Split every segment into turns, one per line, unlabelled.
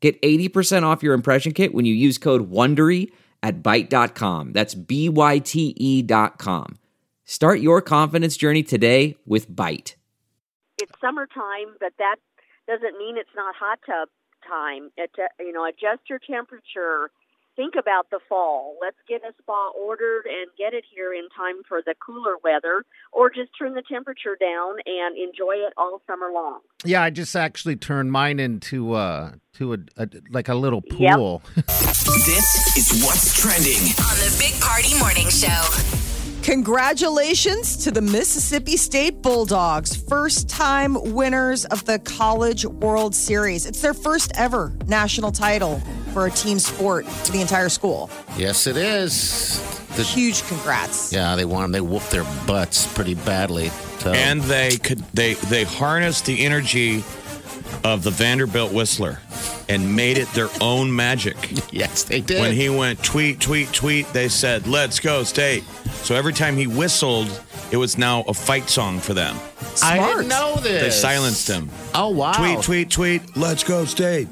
Get 80% off your impression kit when you use code WONDERY at Byte.com. That's B-Y-T-E E dot com. Start your confidence journey today with Byte.
It's summertime, but that doesn't mean it's not hot tub time. It, you know, adjust your temperature. Think about the fall. Let's get a spa ordered and get it here in time for the cooler weather, or just turn the temperature down and enjoy it all summer long.
Yeah, I just actually turned mine into uh to a, a like a little pool.
This is what's trending
on the Big Party Morning Show.
Congratulations to the Mississippi State Bulldogs, first time winners of the College World Series. It's their first ever national title for a team sport to the entire school.
Yes, it is. The-
Huge congrats.
yeah, they won. They whooped their butts pretty badly. So.
and they could they they harnessed the energy of the Vanderbilt Whistler and made it their own magic.
yes, they did.
When he went tweet tweet tweet, they said, "Let's go state." So every time he whistled, it was now a fight song for them.
I
Smart.
didn't know this.
They silenced him.
Oh wow!
Tweet tweet tweet, "Let's go state."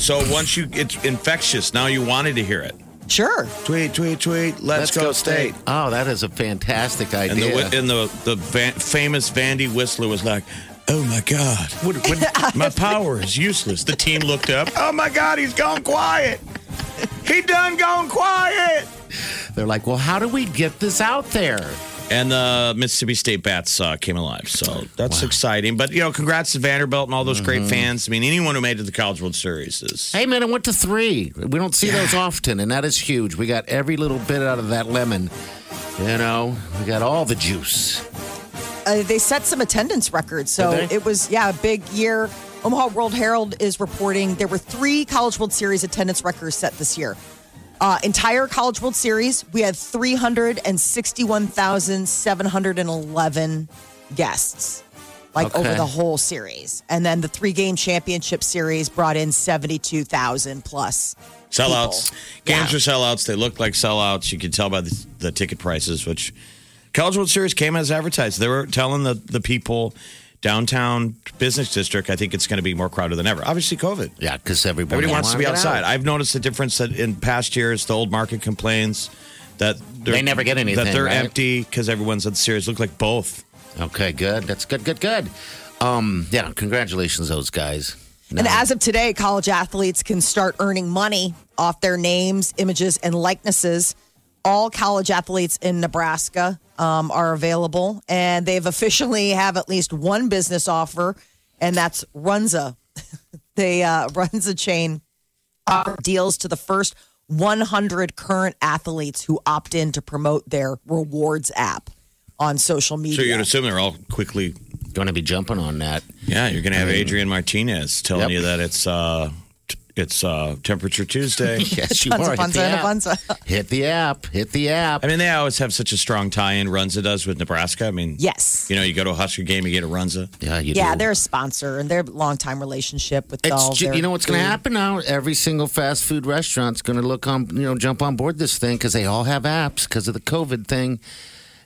So once you it's infectious, now you wanted to hear it.
Sure.
Tweet tweet tweet,
Let's
"Let's, go, state.
Oh, that is a fantastic
And the uh,
idea.
the and the the van, famous Vandy Whistler was like, "Oh my God, what, what, my power is useless." The team looked up. Oh my God, he's gone quiet. He done gone quiet.
They're like, well, how do we get this out there?
And the Mississippi State Bats uh, came alive, so that's exciting. But you know, congrats to Vanderbilt and all those great fans. I mean, anyone who made it to the College World Series is
Hey, man, it went to three. We don't see those often, and that is huge. We got every little bit out of that lemon. You know, we got all the juice.
Uh, they set some attendance records. So
Did they?
it was, yeah, a big year. Omaha World Herald is reporting there were three College World Series attendance records set this year. Uh, entire College World Series, we had 361,711 guests, like
Okay.
over the whole series. And then the three game championship series brought in 72,000 plus.
sellouts.
people.
Games were sellouts. They looked like sellouts. You could tell by the, the ticket prices, which College World Series came as advertised. They were telling the, the people downtown business district, I think it's going to be more crowded than ever. Obviously, COVID.
Yeah, because everybody,
Everybody wants to be
wanted it out.
outside. I've noticed the difference that in past years, the old market complains that they're-
They never get anything,
That they're
right?
empty because everyone's at the series. Look like both.
Okay, good. That's good, good, good. Um, yeah, congratulations, those guys.
And
No.
as of today, college athletes can start earning money off their names, images, and likenesses. All college athletes in Nebraska um, are available, and they've officially have at least one business offer, and that's Runza. they uh, Runza chain offer deals to the first 100 current athletes who opt in to promote their rewards app on social media.
So you'd assume they're all quickly.
going to be jumping on that.
Yeah, you're going to have Adrian Martinez telling
Yep.
you that it's uh, t- it's uh, Temperature Tuesday.
Yes, you
Runza,
are. Hit the,
Funza,
app.
Funza.
Hit the app. Hit the app.
I mean, they always have such a strong tie-in. Runza does with Nebraska. I mean,
Yes.
you know, you go to a Husker game, you get a Runza.
yeah, you
Yeah,
do.
they're a sponsor and their longtime relationship with all Mm-hmm.
It's, ju-
their
you know what's going to
food.
happen now? Every single fast food restaurant's going to look on, you know, jump on board this thing because they all have apps because of the COVID thing,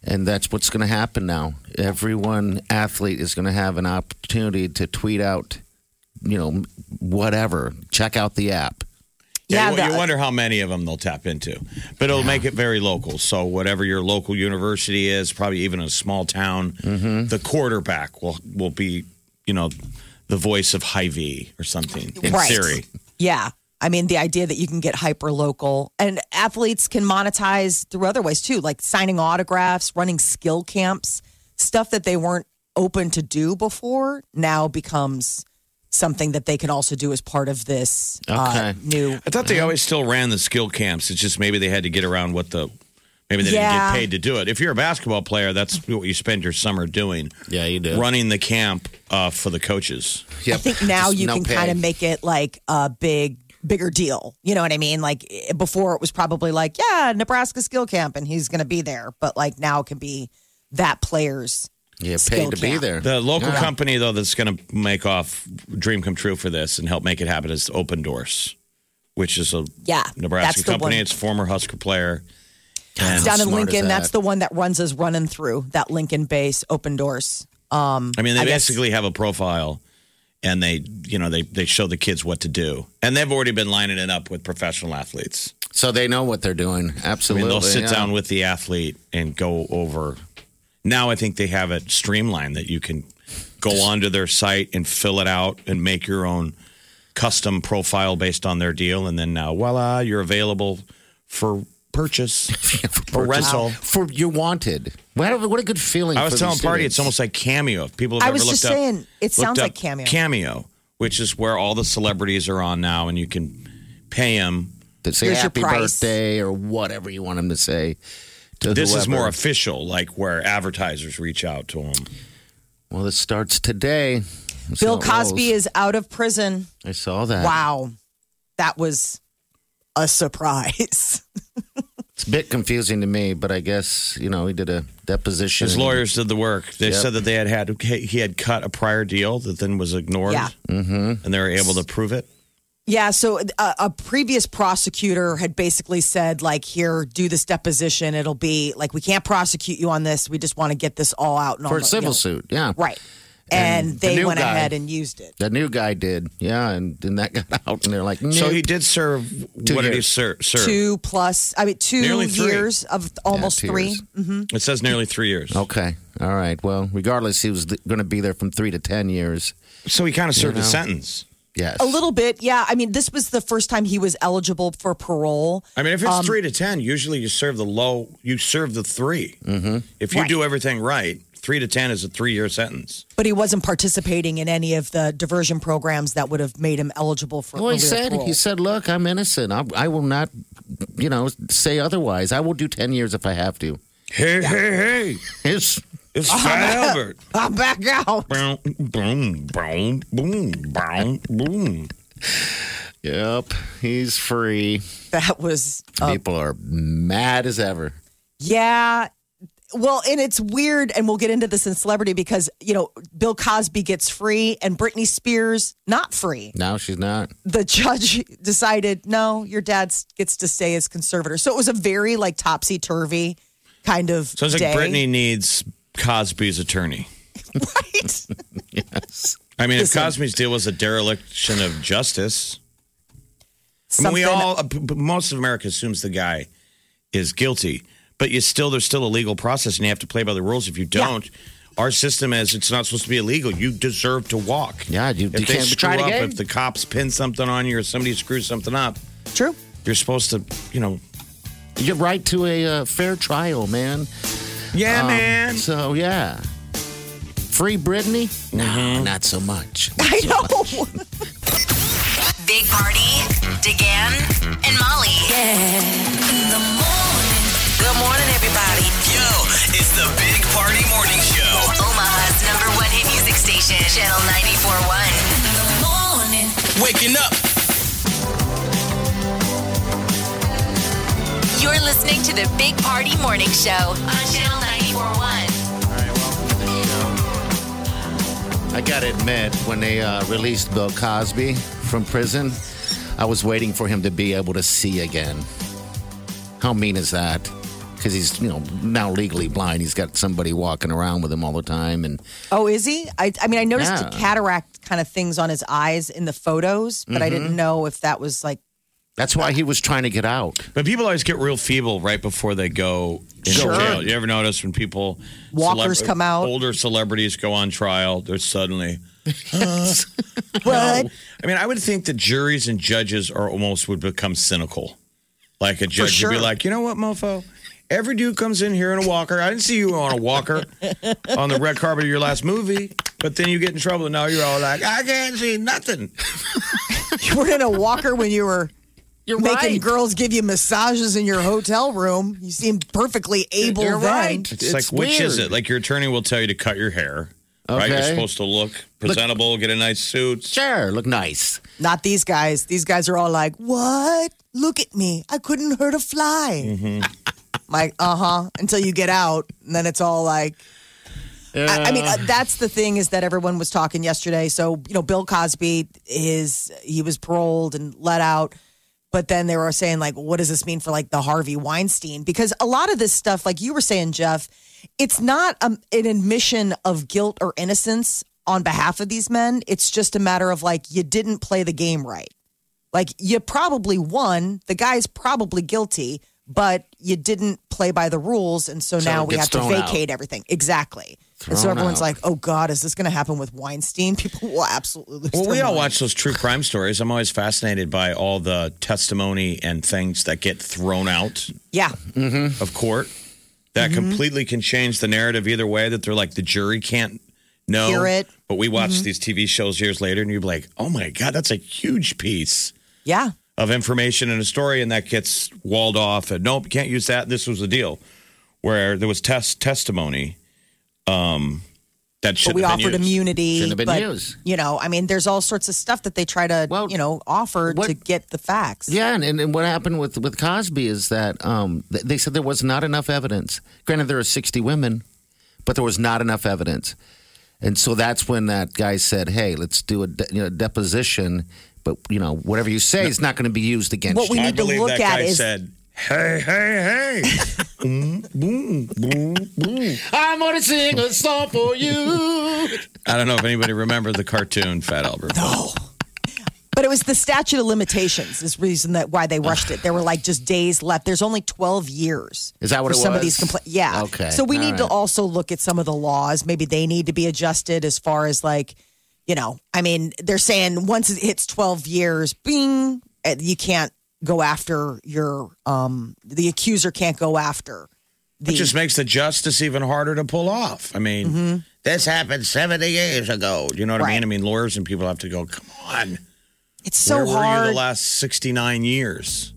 and that's what's going to happen now. Everyone athlete is going to have an opportunity to tweet out, you know, whatever. Check out the app.
Yeah,
you,
the-
you wonder how many of them they'll tap into, but it'll make it very local. So whatever your local university is, probably even a small town,
Mm-hmm.
the quarterback will will be, you know, the voice of Hy-Vee or something in
Right.
theory.
Yeah. I mean, the idea that you can get hyper local and athletes can monetize through other ways too, like signing autographs, running skill camps, stuff that they weren't open to do before now becomes something that they can also do as part of this uh,
Okay.
new.
I thought they always still ran the skill camps. It's just maybe they had to get around what the maybe they
Yeah.
didn't get paid to do it. If you're a basketball player, that's what you spend your summer doing.
Yeah, you do.
running the camp uh, for the coaches.
I think now
Just
you
no
can
pay.
kind of make it like a big bigger deal. You know what I mean? Like eh, before it was probably like, yeah, Nebraska skill camp and he's going to be there, but like now it can be that player's
Yeah,
Skill
paid to be
cap.
there.
The local company though that's going to make off dream come true for this and help make it happen is Open Doors, which is a
Yeah,
Nebraska
that's the
company.
one.
It's former Husker player.
It's down
smart
in
is that?
Lincoln. That's the one that runs as running through that Lincoln base open doors. Um,
I mean, they
guess-
basically have a profile, and they you know they they show the kids what to do, and they've already been lining it up with professional athletes.
So they know what they're doing.
I mean,
Absolutely.
they'll sit
yeah.
down with the athlete and go over. Now I think they have it streamlined that you can go onto their site and fill it out and make your own custom profile based on their deal, and then now voila, you're available for purchase, for rental.
for you're wanted. What a, what a good feeling.
I was
for
telling
these
Party,
students.
it's almost like Cameo. If people have
I
ever
was
looked
just
up,
saying, it
looked
sounds
up
like Cameo.
Cameo, which is where all the celebrities are on now, and you can pay them.
to say
Here's your
happy
price.
birthday or whatever you want them to say. To
This is
whoever.
more official, like where advertisers reach out to them.
well, this starts today. That's
Bill
how it
Cosby
rolls.
is out of prison.
I saw that.
Wow, that was a surprise.
It's a bit confusing to me, but I guess you know he did a deposition.
His lawyers did the work. They
Yep.
said that they had had he had cut a prior deal that then was ignored,
Yeah.
and they were able to prove it.
Yeah, so uh, a, a previous prosecutor had basically said, like, here, do this deposition. It'll be like, we can't prosecute you on this. We just want to get this all out. And
for
all
a
the-
civil
you know.
suit. Yeah,
Right. And,
And the
they
new
went
guy.
ahead and used it.
The new guy did. Yeah, and and that got out, and they're like,
So
nope.
he did serve.
Two
what did he
years.
serve? serve?
Two plus, I mean, two
Nearly three.
years of almost
two
three.
years.
It says nearly three years.
Okay. All right. Well, regardless, he was going to be there from three to ten years.
So he kind of served
You know.
a sentence.
Yes.
A little bit, yeah. I mean, this was the first time he was eligible for parole.
I mean, if
Um,
it's three to ten, usually you serve the low. You serve the 3 If you do everything right, three to ten is a three-year sentence.
But he wasn't participating in any of the diversion programs that would have made him eligible for.
Well, he
earlier
said,
parole.
he said, look, I'm innocent. I, I will not, you know, say otherwise. I will do 10 years if I have to.
Hey, hey, hey!
It's,
It's
Uh-huh.
Fat Albert.
"I'm Oh, back out."
Boom, boom, boom, boom, boom, boom.
yep, he's free.
That was, uh,
People are mad as ever.
yeah. Well, and it's weird, and we'll get into this in celebrity because you know Bill Cosby gets free and Britney Spears not free.
No, she's not.
the judge decided, no, your dad gets to stay as conservator. So it was a very like topsy turvy kind of
Sounds
day.
like Brittany needs Cosby's attorney.
right?
I mean,
Listen.
if Cosby's deal was a dereliction of justice, I mean,
Something
we all, uh, p- p- most of America assumes the guy is guilty, but you still, there's still a legal process and you have to play by the rules. If you don't, our system is it's not supposed to be illegal. You deserve to walk.
Yeah, you-
if
you
they
can't be
screw
tried
up,
again.
if the cops pin something on you or somebody screws something up,
true.
you're supposed to, you know,
You're right to a uh, fair trial, man. Um,
yeah, man.
So, yeah. Free Britney? No, not so much.
I know.
Big Party, DeGan, and Molly. In the morning. Good morning, everybody.
Yo, it's the Big Party Morning Show.
Omaha's number one hit music station, Channel 941. In the morning.
Waking up.
You're listening to the Big Party Morning Show on Channel 941.
I gotta admit, when they uh, released Bill Cosby from prison, I was waiting for him to be able to see again. How mean is that? Because he's, you know, now legally blind. He's got somebody walking around with him all the time, and
oh, is he? I, I mean, I noticed
Yeah.
the cataract kind of things on his eyes in the photos, but I
Mm-hmm.
didn't know if that was like
that's why he was trying to get out.
But people always get real feeble right before they go in
Sure.
jail. You ever notice when people
Walkers
celebra-
come out.
older celebrities go on trial, they're suddenly.
what?
I mean, I would think that juries and judges are almost would become cynical. Like a judge would
sure.
be like, you know what, mofo? Every dude comes in here in a walker. I didn't see you on a walker on the red carpet of your last movie, but then you get in trouble. And now you're all like, I can't see nothing.
You were in a walker when you were. You're making
right.
girls give you massages in your hotel room. You seem perfectly able
You're
then.
right.
It's, like, which is it? Like your attorney will tell you to cut your hair. right? You're
Okay.
supposed to look presentable, get a nice suit.
Sure, look nice.
Not these guys. These guys are all like, "What? Look at me! I couldn't hurt a fly."
Mm-hmm.
like, uh huh. Until you get out, and then it's all like, I, I mean, uh, that's the thing is that everyone was talking yesterday. So you know, Bill Cosby, his he was paroled and let out, but then they were saying like, what does this mean for like the Harvey Weinstein? Because a lot of this stuff, like you were saying, Jeff, it's not um, an admission of guilt or innocence on behalf of these men. It's just a matter of like you didn't play the game right. Like you probably won. The guy's probably guilty, but you didn't play by the rules, and so,
So
now
it
we
gets
have to
thrown out.
vacate everything. Exactly. and so
Thrown
everyone's
out.
like, "Oh God, is this going to happen with Weinstein?" People will absolutely. Lose
Well,
their
we all
mind.
watch those true crime stories. I'm always fascinated by all the testimony and things that get thrown out
Yeah,
of court. That completely can change the narrative either way. That they're like the jury can't know.
Hear it.
But we watch these TV shows years later, and you're like, "Oh my god, that's a huge piece
yeah.
of information in a story," and that gets walled off. And nope, can't use that. This was a deal where there was test testimony um, that should
But we
have been
offered
used.
immunity.
Shouldn't have been
but,
used.
You know, I mean, there's all sorts of stuff that they try to,
Well,
you know, offer
what-
to get the facts.
Yeah, and, and, and what happened with, with Cosby is that um, th- they said there was not enough evidence. Granted, there are 60 women, but there was not enough evidence. And so that's when that guy said, hey, let's do a de- you know, deposition, but, you know, whatever you say is not going to be used against
What we
you.
I
need to
believe
look
that
at
guy
is
said, "Hey, hey, hey."
I'm going to sing a song for you.
I don't know if anybody remembers the cartoon Fat Albert.
But it was the statute of limitations is reason that why they rushed it. There were like just days left. There's only 12 years.
Is that what
for
it
some
was?
of these compla- Yeah.
Okay.
So we
All
need to
right.
also look at some of the laws. Maybe they need to be adjusted as far as like, you know, I mean, they're saying once it hits 12 years, bing, eh, you can't go after your um the accuser can't go after the
It just makes the justice even harder to pull off. I mean, this happened 70 years ago. You know what I
Mm-hmm. Right.
mean? I mean, lawyers and people have to go, come on.
It's so
Where were
hard.
you the last 69 years?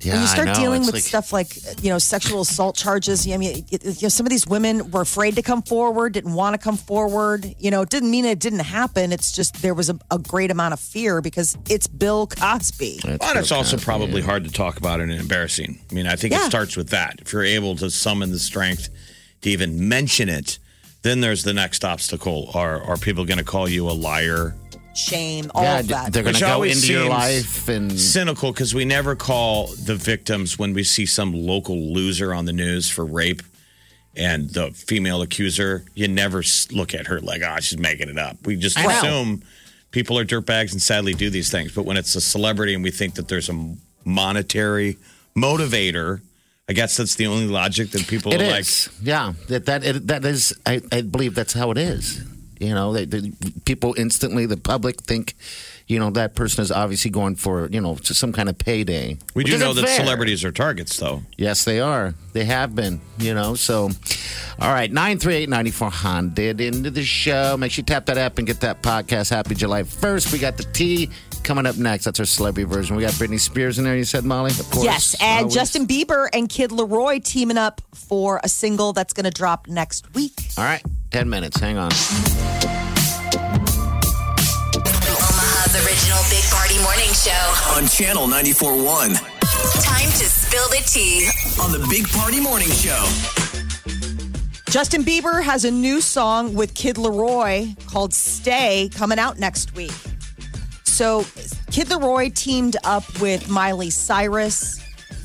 Yeah,
when you
I
start
know.
dealing
It's
with
like-
stuff like you know sexual assault charges, you know, I mean, it- you know, some of these women were afraid to come forward, didn't want to come forward. You know, it didn't mean it didn't happen. It's just there was a, a great amount of fear because it's Bill Cosby.
But it's also probably hard to talk about it and embarrassing. I mean, I think it
Yeah.
starts with that. If you're able to summon the strength to even mention it, then there's the next obstacle. Are, are people going to call you a liar?
Shame, all
Yeah,
of that.
they're going to
Which
go
always
into your
seems
life and
cynical because we never call the victims when we see some local loser on the news for rape and the female accuser. You never s- look at her like, oh, she's making it up. We just
I know.
assume people are dirtbags and sadly do these things. But when it's a celebrity and we think that there's a monetary motivator, I guess that's the only logic that people
It is,
are like,
yeah. That that it, that is. I, I believe that's how it is. You know, they, they, people instantly, the public think, you know, that person is obviously going for you know some kind of payday.
we
which
do
isn't
know that
fair.
celebrities are targets, though.
Yes, they are. They have been. You know, so. All right, nine three eight ninety four Honda. Into the show. Make sure you tap that app and get that podcast. Happy July first. We got the tea coming up next. That's our celebrity version. We got Britney Spears in there. You said Molly, of course.
Yes, and
Always.
Justin Bieber and Kid Leroy teaming up for a single that's going to drop next week.
All right, ten minutes. Hang on.
Omaha's original Big Party Morning Show.
On Channel 94.1.
Time to spill the tea.
On the Big Party Morning Show.
Justin Bieber has a new song with Kid Leroy called Stay coming out next week. So, Kid Leroy teamed up with Miley Cyrus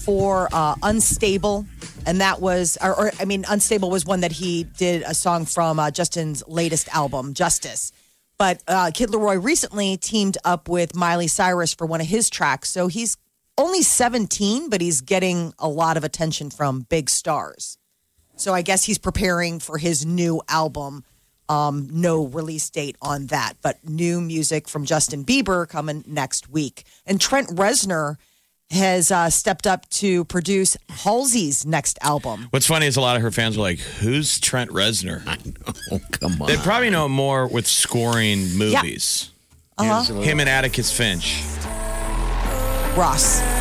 for uh, Unstable. And that was, or, or I mean, Unstable was one that he did a song from uh, Justin's latest album, Justice. But uh, Kid Leroy recently teamed up with Miley Cyrus for one of his tracks. So he's only 17, but he's getting a lot of attention from big stars. So I guess he's preparing for his new album. Um, no release date on that, but new music from Justin Bieber coming next week. And Trent Reznor has uh, stepped up to produce Halsey's next album.
What's funny is a lot of her fans were like, who's Trent Reznor?
Oh come on.
They probably know more with scoring movies. Him and Atticus Finch.
Ross.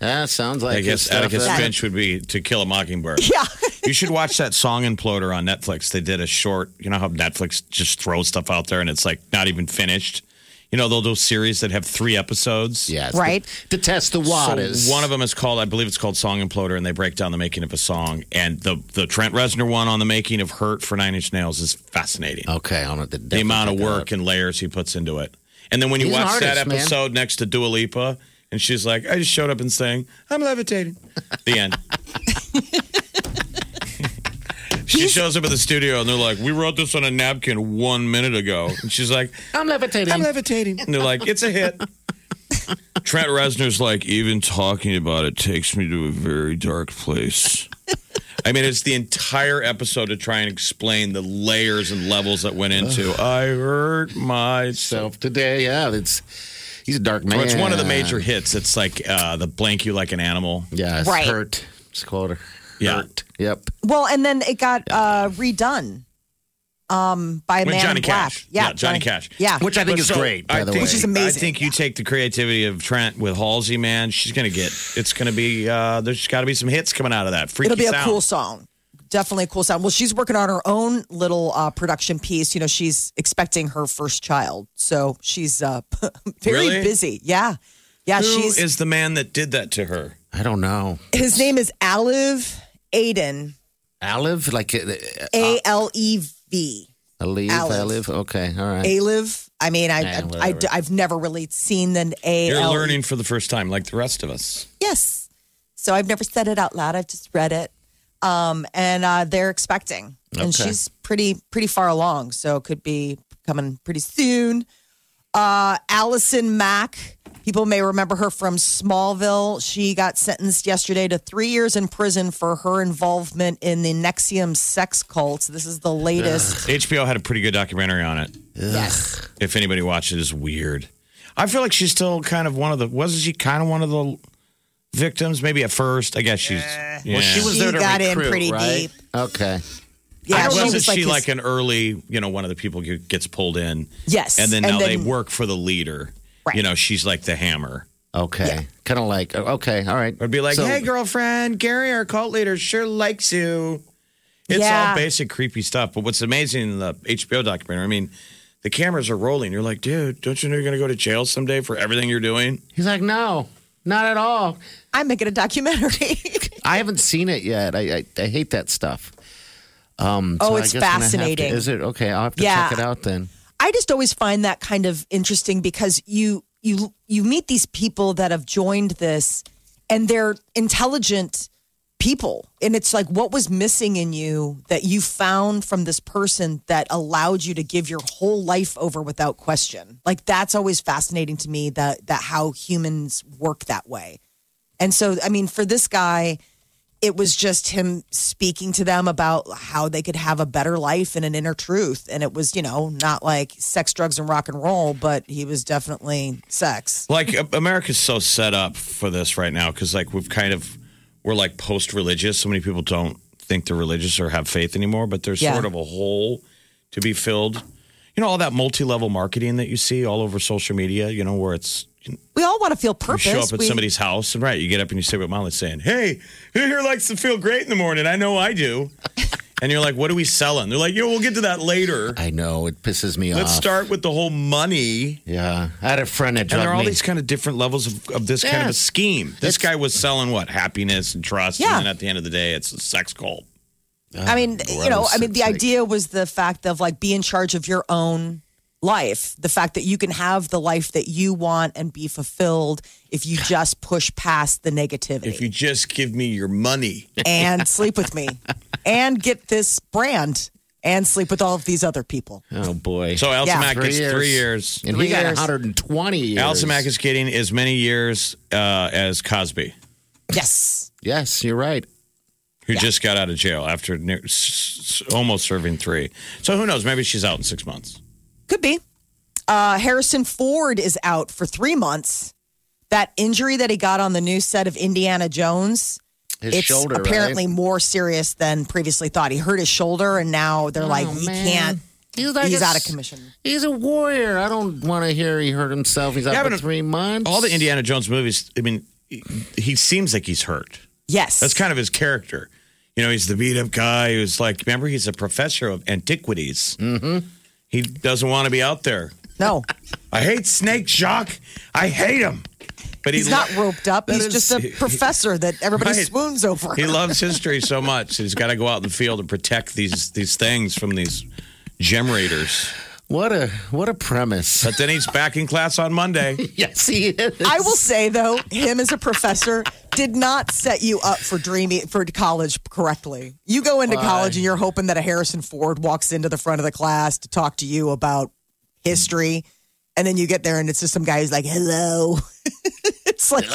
Yeah, sounds like
I guess
his stuff.
Atticus
That-
Finch would be To Kill a Mockingbird.
Yeah.
You should watch that song imploder on Netflix. They did a short. You know how Netflix just throws stuff out there and it's like not even finished. You know those those series that have three episodes.
Yeah, it's
Right.
The, to test the waters.
So one of them is called, I believe it's called Song Imploder, and they break down the making of a song. And the the Trent Reznor one on the making of Hurt for Nine Inch Nails is fascinating.
Okay, on it.
the amount of work and layers he puts into it. And then when you
He's an
watch that
artist, man.
episode next to Dua Lipa, and she's like, "I just showed up and sang, I'm levitating." The end. she shows up at the studio, and they're like, "We wrote this on a napkin one minute ago," and she's like,
I'm levitating.
I'm levitating. And they're like, it's a hit. Trent Reznor's like, even talking about it takes me to a very dark place. I mean, it's the entire episode to try and explain the layers and levels that went into I hurt myself.
Self today. Yeah, it's he's a dark man.
Well, it's one of the major hits. It's like uh, the blank you like an animal.
Yeah, it's
Right.
hurt. It's called hurt.
Yeah.
Yep.
Well, and then it got uh, redone um, by a
When
man
Johnny
in black.
Cash. Yeah, Johnny Cash.
Yeah,
Which I think
But
is
so,
great. By
I
the
think-
way,
Which is amazing.
I think you take the creativity of Trent with Halsey, man. She's gonna get. It's gonna be. Uh, there's got to be some hits coming out of that. Freaky
it'll be a
sound.
cool song. Definitely a cool sound. Well, she's working on her own little uh, production piece. You know, she's expecting her first child, so she's uh, very
Really?
busy. Yeah, yeah.
Who
she's
is the man that did that to her?
I don't know.
his name is Aliv Aiden.
Olive, like uh, uh,
A L E V.
Olive,
Olive.
Olive. Okay, all right.
Aliv. I mean, I,
Yeah,
I,
whatever.
have never really seen an A.
You're
L E V.
learning for the first time, like the rest of us.
Yes. So I've never said it out loud. I've just read it. Um, and uh, they're expecting, and
Okay.
she's pretty pretty far along, so it could be coming pretty soon. Uh, Allison Mack, people may remember her from Smallville. She got sentenced yesterday to three years in prison for her involvement in the Nexium sex cult. This is the latest.
HBO had a pretty good documentary on it.
Yes.
If anybody watched it, it's weird. I feel like she's still kind of one of the. Wasn't she kind of one of the victims? Maybe at first. I guess she's. yeah.
Well, she was
She
there to
got in
recruit,
pretty
right?
deep.
Okay.
Yeah,
wasn't she
his-
like, an early? You know, one of the people who gets pulled in.
Yes,
And then now
and
they
then-
work for the leader.
Right.
You know, she's like the hammer.
Okay. Kind of like okay. All right.
Or be like,
So-
hey, girlfriend, Gary, our cult leader, sure likes you. It's
Yeah.
all basic creepy stuff. But what's amazing in the HBO documentary, I mean, the cameras are rolling. You're like, dude, don't you know you're going to go to jail someday for everything you're doing?
He's like, no, not at all.
I'm making a documentary.
I haven't seen it yet. I I, I hate that stuff. Um,
Oh,
I
it's
guess I'm gonna have to-
fascinating.
is it okay? I'll have to
Yeah.
check it out then.
I just always find that kind of interesting because you you you meet these people that have joined this and they're intelligent people and it's like what was missing in you that you found from this person that allowed you to give your whole life over without question like that's always fascinating to me that that how humans work that way and so i mean for this guy it was just him speaking to them about how they could have a better life and an inner truth. And it was, you know, not like sex, drugs, and rock and roll, but he was definitely sex.
Like, A- America's so set up for this right now because, like, we've kind of, we're like post religious. So many people don't think they're religious or have faith anymore, but there's
Yeah.
sort of a hole to be filled. You know, all that multi level marketing that you see all over social media, you know, where it's,
We all want to feel
You
purpose.
show up at
We-
somebody's house, and right, you get up and you say what Molly's saying. Hey, who here likes to feel great in the morning? I know I do. and you're like, what are we selling? They're like, yo, we'll get to that later.
I know it pisses me
Let's
off.
start with the whole money.
Yeah, I had a friend that
And
drugged
there are all
me.
these kind of different levels of, of this kind of a
Yeah.
scheme. This
It's-
guy was selling what? Happiness and trust.
Yeah.
And then at the end of the day, it's a sex cult.
I mean, you know, I mean, the
Oh, Gross.
idea was the fact of like be in charge of your own life, the fact that you can have the life that you want and be fulfilled if you just push past the negativity.
If you just give me your money.
and sleep with me and get this brand and sleep with all of these other people.
oh boy.
So Alison
Yeah.
Mack
Three
gets
years.
three years.
and
three
he got
years.
120 years.
Alison Mack is getting as many years uh, as Cosby.
Yes.
Yes, you're right.
who just got out of jail after near, s- s- almost serving three. So who knows? Maybe she's out in six months.
Could be. Uh, Harrison Ford is out for three months. That injury that he got on the new set of Indiana Jones,
His
it's
shoulder. right?
apparently more serious than previously thought. He hurt his shoulder, and now they're like, he
Oh, man.
can't.
He's, like
He's
a-
out of commission.
He's a warrior. I don't want to hear he hurt himself. He's out
Yeah,
for
but
three months.
All the Indiana Jones movies. I mean, he, he seems like he's hurt.
Yes.
That's kind of his character. You know, he's the beat up guy who's like, remember, he's a professor of antiquities. Mm-hmm. He doesn't want to be out there.
No,
I hate Snake Jock. I hate him. But
he's
he
not
lo-
roped up.
That
He's
is-
just a professor that everybody
Right.
swoons over.
He loves history so much. He's got to go out in the field and protect these these things from these gem raiders.
What a what a premise.
But then he's back in class on Monday.
yes, he is.
I will say though, him as a professor did not set you up for dreamy for college correctly. You go into college and you're hoping that a Harrison Ford walks into the front of the class to talk to you about history, and then you get there and it's just some guy who's like, "Hello." it's like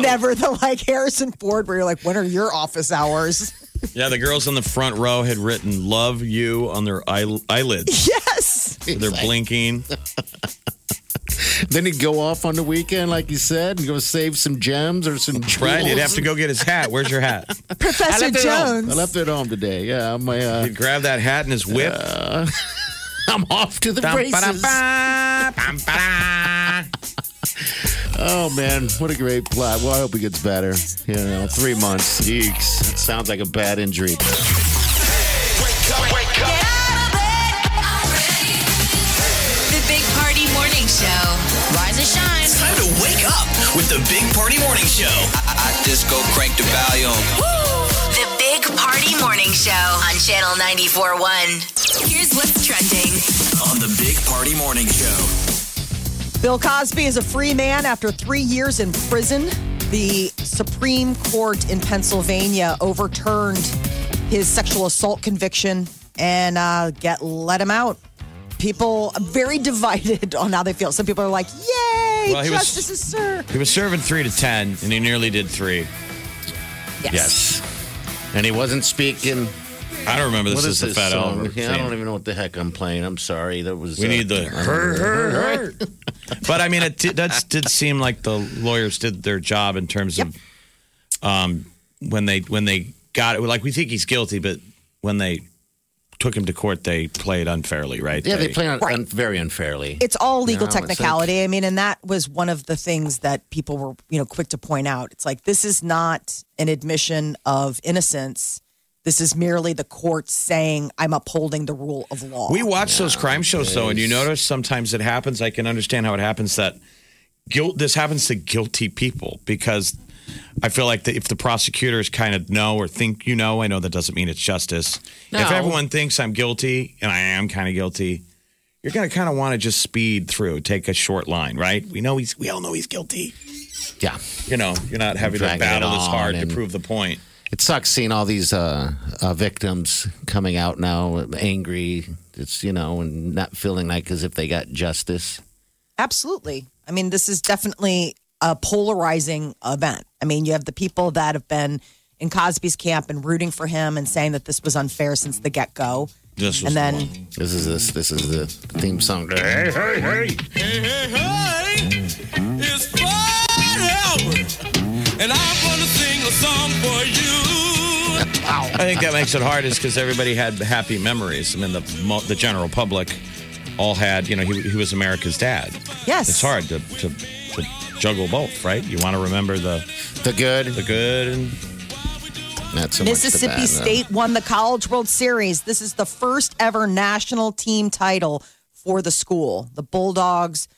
never the like Harrison Ford where you're like, "When are your office hours?"
Yeah, the girls in the front row had written "Love You" on their eye- eyelids.
yes.
They're blinking.
Then he'd go off on the weekend, like you said, and go save some gems or some jewels.
Right? He'd have to go get his hat. Where's your hat?
I
Professor
left it at home.
Jones.
I left it home today. Yeah, I'm, uh,
He'd grab that hat and his whip.
I'm off to the races.
Dum-ba-da-ba, bum-ba-da.
Oh man, what a great plot. Well, I hope it gets better. You know, three months. Yeeks. That sounds like a bad injury.
Get out of bed. The Big Party Morning Show. Rise and shine.
Time to wake up with the Big Party Morning Show. I, I just go crank the volume.
The Big Party Morning Show on Channel 94.1. Here's what's trending.
On the Big Party Morning Show.
Bill Cosby is a free man after three years in prison. The Supreme Court in Pennsylvania overturned his sexual assault conviction and uh, get let him out. People are very divided on how they feel. Some people are like, "Yay,
Well, he was-
justice is served."
He was serving three to ten, and he nearly did three.
Yes. And he wasn't speaking.
I don't remember. This
what is
is the
this
Fat
song?
Albert.
Yeah, I
theme.
don't even know what the heck I'm playing. I'm sorry. That was.
We
uh,
need the her, her, her. but I mean, it did, that did seem like the lawyers did their job in terms of um, when they when they got it. Like we think he's guilty, but when they took him to court, they played unfairly, right?
Yeah, they play on, on very unfairly.
It's all legal
No, it's like-
technicality. I mean, and that was one of the things that people were, you know, quick to point out. It's like this is not an admission of innocence. This is merely the court saying I'm upholding the rule of law.
We watch those crime shows though, and you notice sometimes it happens. I can understand how it happens that guilt. This happens to guilty people because I feel like the, if the prosecutors kind of know or think you know, I know that doesn't mean it's justice. If
No.
everyone thinks I'm guilty, and I am kind of guilty, you're going to kind of want to just speed through, take a short line, right? We know he's. We all know he's guilty.
yeah.
You know, you're not having to
Dragging it
battle as
on
hard to
and-
prove the point.
It sucks seeing all these uh, uh, victims coming out now angry. It's, you know, and not feeling like as if they got justice.
Absolutely. I mean, this is definitely a polarizing event. I mean, you have the people that have been in Cosby's camp and rooting for him and saying that this was unfair since the get go.
This was the
And then
one.
This is this. This is the theme song.
It's Fat Albert, and I'm gonna sing a song for you.
I think that makes it hard is because everybody had happy memories. I mean, the mo- the general public all had, you know, he, he was America's dad.
Yes.
It's hard to, to, to juggle both, right? You want to remember the,
The good.
the good and
Not so much the
Mississippi
bad, no.
State won the College World Series. This is the first ever national team title for the school. The Bulldogs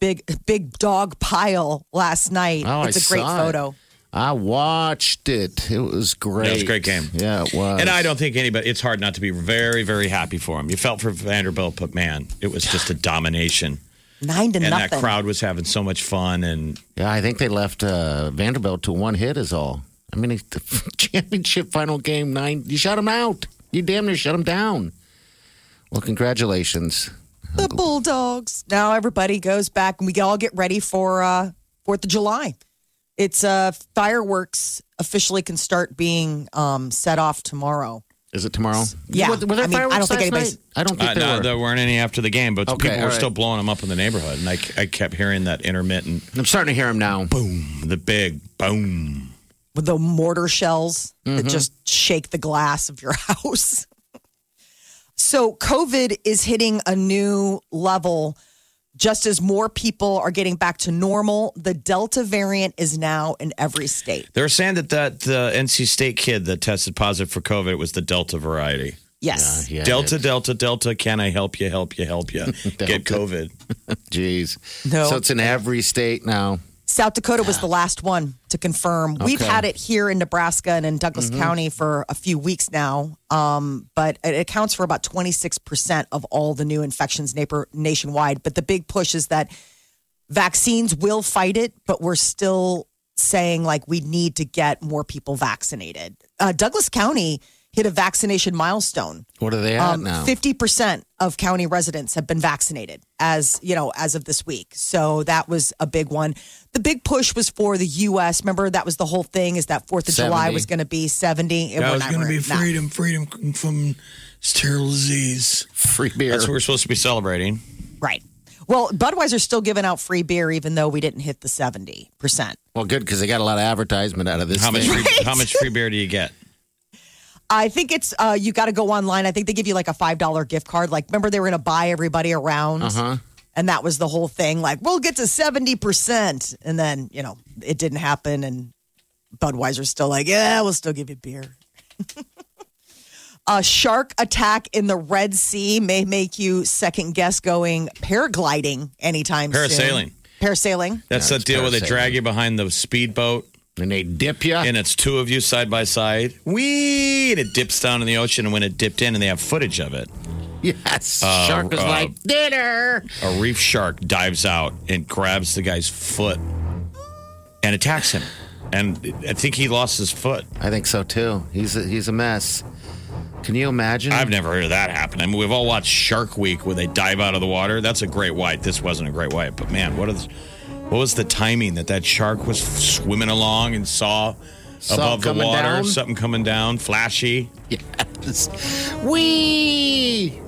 big big dog pile last night.
Oh,
it's
I
a great
saw it.
photo.
I watched it. It was great.
Yeah, it was a great game.
Yeah, it was.
and I don't think anybody. It's hard not to be very very happy for him. You felt for Vanderbilt, but man, it was just a domination,
Nine to
and
nothing.
that crowd was having so much fun. And
Yeah, I think they left uh, Vanderbilt to one hit is all. I mean, the championship final game nine. You shut them out. You damn near shut them down. Well, congratulations.
the Bulldogs. Now everybody goes back and we all get ready for uh, Fourth of July. It's uh, fireworks officially can start being um, set off tomorrow.
Is it tomorrow?
Yeah.
Were, were there
I mean, I
fireworks
don't think
last
anybody's-
night? I don't think
uh,
there
no,
were.
there weren't any after the game, but
Okay,
people were
all right.
still blowing them up in the neighborhood, and I, I kept hearing that intermittent
I'm starting to hear them now.
boom, the big boom.
with the mortar shells that just shake the glass of your house. so COVID is hitting a new level. Just as more people are getting back to normal, the Delta variant is now in every state.
They're saying that that the NC State kid that tested positive for COVID was the Delta variety.
Yes.
Yeah,
Delta, Delta, Delta. Can I help you? Help you? Help you? Get COVID.
Jeez.
No.
So it's in every state now.
South Dakota was the last one to confirm. We've
Okay.
had it here in Nebraska and in Douglas County for a few weeks now, um, but it accounts for about 26% of all the new infections neighbor, nationwide. But the big push is that vaccines will fight it, but we're still saying like we need to get more people vaccinated. Uh, Douglas County hit a vaccination milestone.
What are they at now?
Um, Fifty percent of county residents have been vaccinated as you know as of this week. So that was a big one. The big push was for the U.S. Remember that was the whole thing is that Fourth of July
70.
was going to be seventy. It
That
we're
was
not-
Gonna be
we're not.
freedom, freedom from sterile disease.
Free beer.
That's what we're supposed to be celebrating.
right? Well, Budweiser's still giving out free beer even though we didn't hit the seventy percent.
well, good because they got a lot of advertisement out of this.
How much?
thing.
Free, How much free beer do you get?
I think it's uh, you got to go online. I think they give you like a five dollar gift card. Like remember they were going to buy everybody around, uh-huh. and that was the whole thing. Like we'll get to seventy percent, and then you know it didn't happen, and Budweiser's still like, yeah, we'll still give you beer. a shark attack in the Red Sea may make you second guess going paragliding anytime
Parasailing.
soon. Parasailing.
That's
Yeah,
that
it's
deal where they
parasailing.
drag you behind the speedboat
And they dip you.
and it's two of you side by side. Wee! And it dips down in the ocean. And when it dipped in, and they have footage of it,
yes. Shark was
uh,
like dinner.
a reef shark dives out and grabs the guy's foot and attacks him. And I think he lost his foot.
I think so too. He's a, he's a mess. Can you imagine?
I've never heard of that happen. I mean, we've all watched Shark Week where they dive out of the water. That's a great white. This wasn't a great white, but man, what is what was the timing that that shark was swimming along and saw
Saw
above the
coming
water
down?
something coming down, flashy?
Yes. Wee.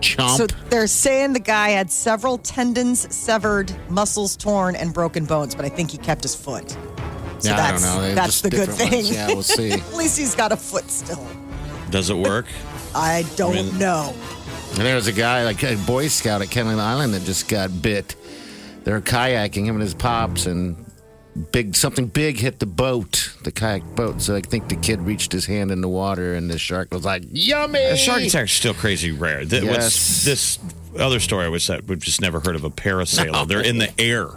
Chomp.
So they're saying the guy had several tendons severed, muscles torn, and broken bones, but I think he kept his foot. So
Yeah, I
that's
don't know. They're
that's
just
the good
different
thing.
ones. Yeah, we'll see.
At least he's got a foot still.
Does it work?
I don't
I mean-
know.
And there was a guy, like a Boy Scout at Kennel Island, that just got bit. They were kayaking, him and his pops, and big something big hit the boat, the kayak boat. So I think the kid reached his hand in the water, and the shark was like, "Yummy!"
A shark attack's still crazy rare. Th-
Yes.
what's- this other story was that we've just never heard of a parasailer. They're in the air.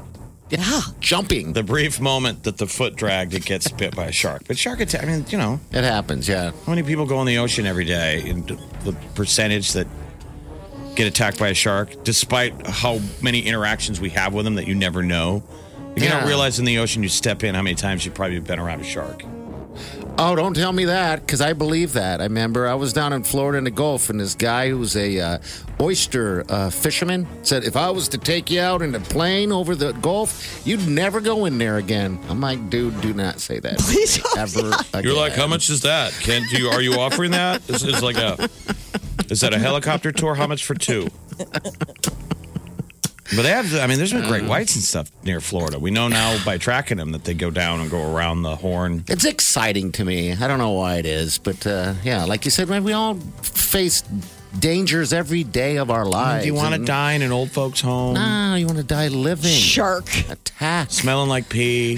yeah,
Ah.
jumping.
The brief moment that the foot dragged, it gets bit by a shark. But shark attack, I mean, you know,
It happens. Yeah,
How many people go in the ocean every day? And the percentage that get attacked by a shark, despite how many interactions we have with them that you never know. You don't
Yeah.
realize in the ocean you step in how many times you've probably been around a shark.
Oh, don't tell me that because I believe that. I remember I was down in Florida in the Gulf, and this guy who was a uh, oyster uh, fisherman said, "If I was to take you out in a plane over the Gulf, you'd never go in there again." I'm like, dude, do not say that
Please don't.
ever. Again.
much is that? Can do you are you offering that? Is, is like a is that a helicopter tour? How much for two? But they have, I mean, there's been great whites and stuff near Florida. We know now by tracking them that they go down and go around the horn.
It's exciting to me. I don't know why it is, but uh, yeah, like you said, man, we all face dangers every day of our lives.
Mm, Do you want to die in an old folks' home?
No, you want to die living.
Shark.
Attack.
smelling like pee,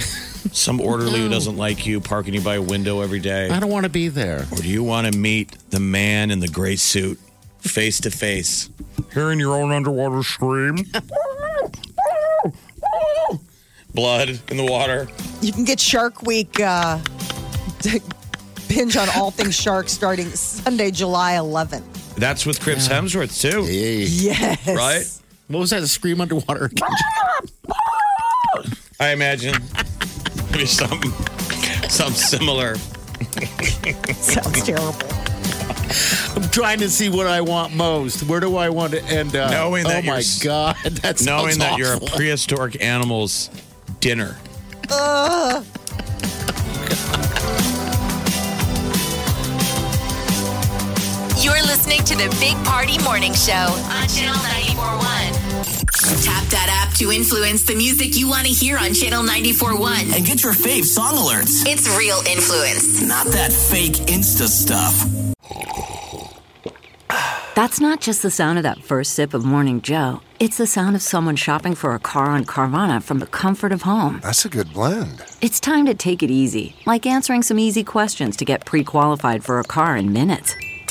some orderly who doesn't like you parking you by a window every day?
I don't want to be there.
Or do you want to meet the man in the gray suit face to face? Here in your own underwater stream. Blood in the water.
You can get Shark Week uh, to binge on all things shark starting Sunday, July 11th.
That's with Crips Hemsworth, too,
Hey.
Yes.
right?
What was that? A scream underwater again?
I imagine. Maybe something, something similar.
Sounds terrible.
I'm trying to see what I want most. Where do I want to end up?
Knowing that
oh
you're
my
s-
god, that's
Knowing that you're a
awful.
prehistoric animal's dinner.
You're listening to the Big Party Morning Show on Channel 941. Tap that app to influence the music you want to hear on Channel 941.
And get your fave song alerts,
It's real influence.
not that fake Insta stuff.
That's not just the sound of that first sip of Morning Joe. It's the sound of someone shopping for a car on Carvana from the comfort of home.
That's a good blend.
It's time to take it easy, like answering some easy questions to get pre qualified for a car in minutes.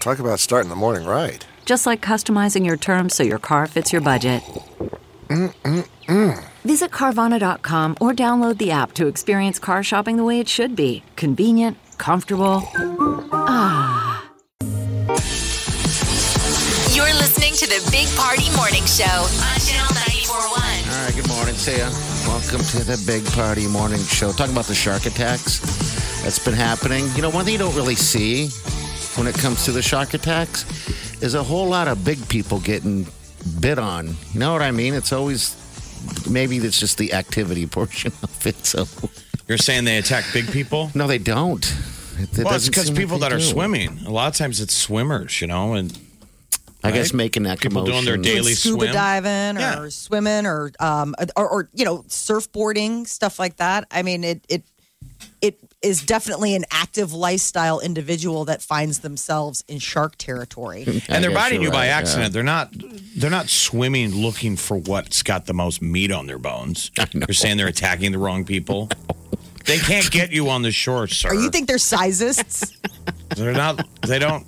Talk about starting the morning right.
Just like customizing your terms so your car fits your budget.
Mm-mm-mm.
Visit Carvana.com or download the app to experience car shopping the way it should be convenient, comfortable. Ah.
You're listening to the Big Party Morning Show on Channel 941.
All right, good morning to you. Welcome to the Big Party Morning Show. Talking about the shark attacks that's been happening. You know, one thing you don't really see when it comes to the shark attacks is a whole lot of big people getting bid on. You know what I mean? It's always maybe it's just the activity portion of it. So
You're saying they attack big people?
no, they don't. It, it
well, it's
doesn't
because
seem like
people
they
that are
do.
swimming. A lot of times it's swimmers, you know, and
I guess
right?
making that
People doing their
commotion.
daily- Daily
scuba
swim?
diving or
Yeah.
swimming or um or, or you know surfboarding stuff like that. I mean it it it is definitely an active lifestyle individual that finds themselves in shark territory.
I
and they're
guess
biting you
you're
by
right,
accident. They're not they're not swimming looking for what's got the most meat on their bones. You're saying they're attacking the wrong people. They can't get you on the shore, sir.
Or you think they're sizists?
they're not they don't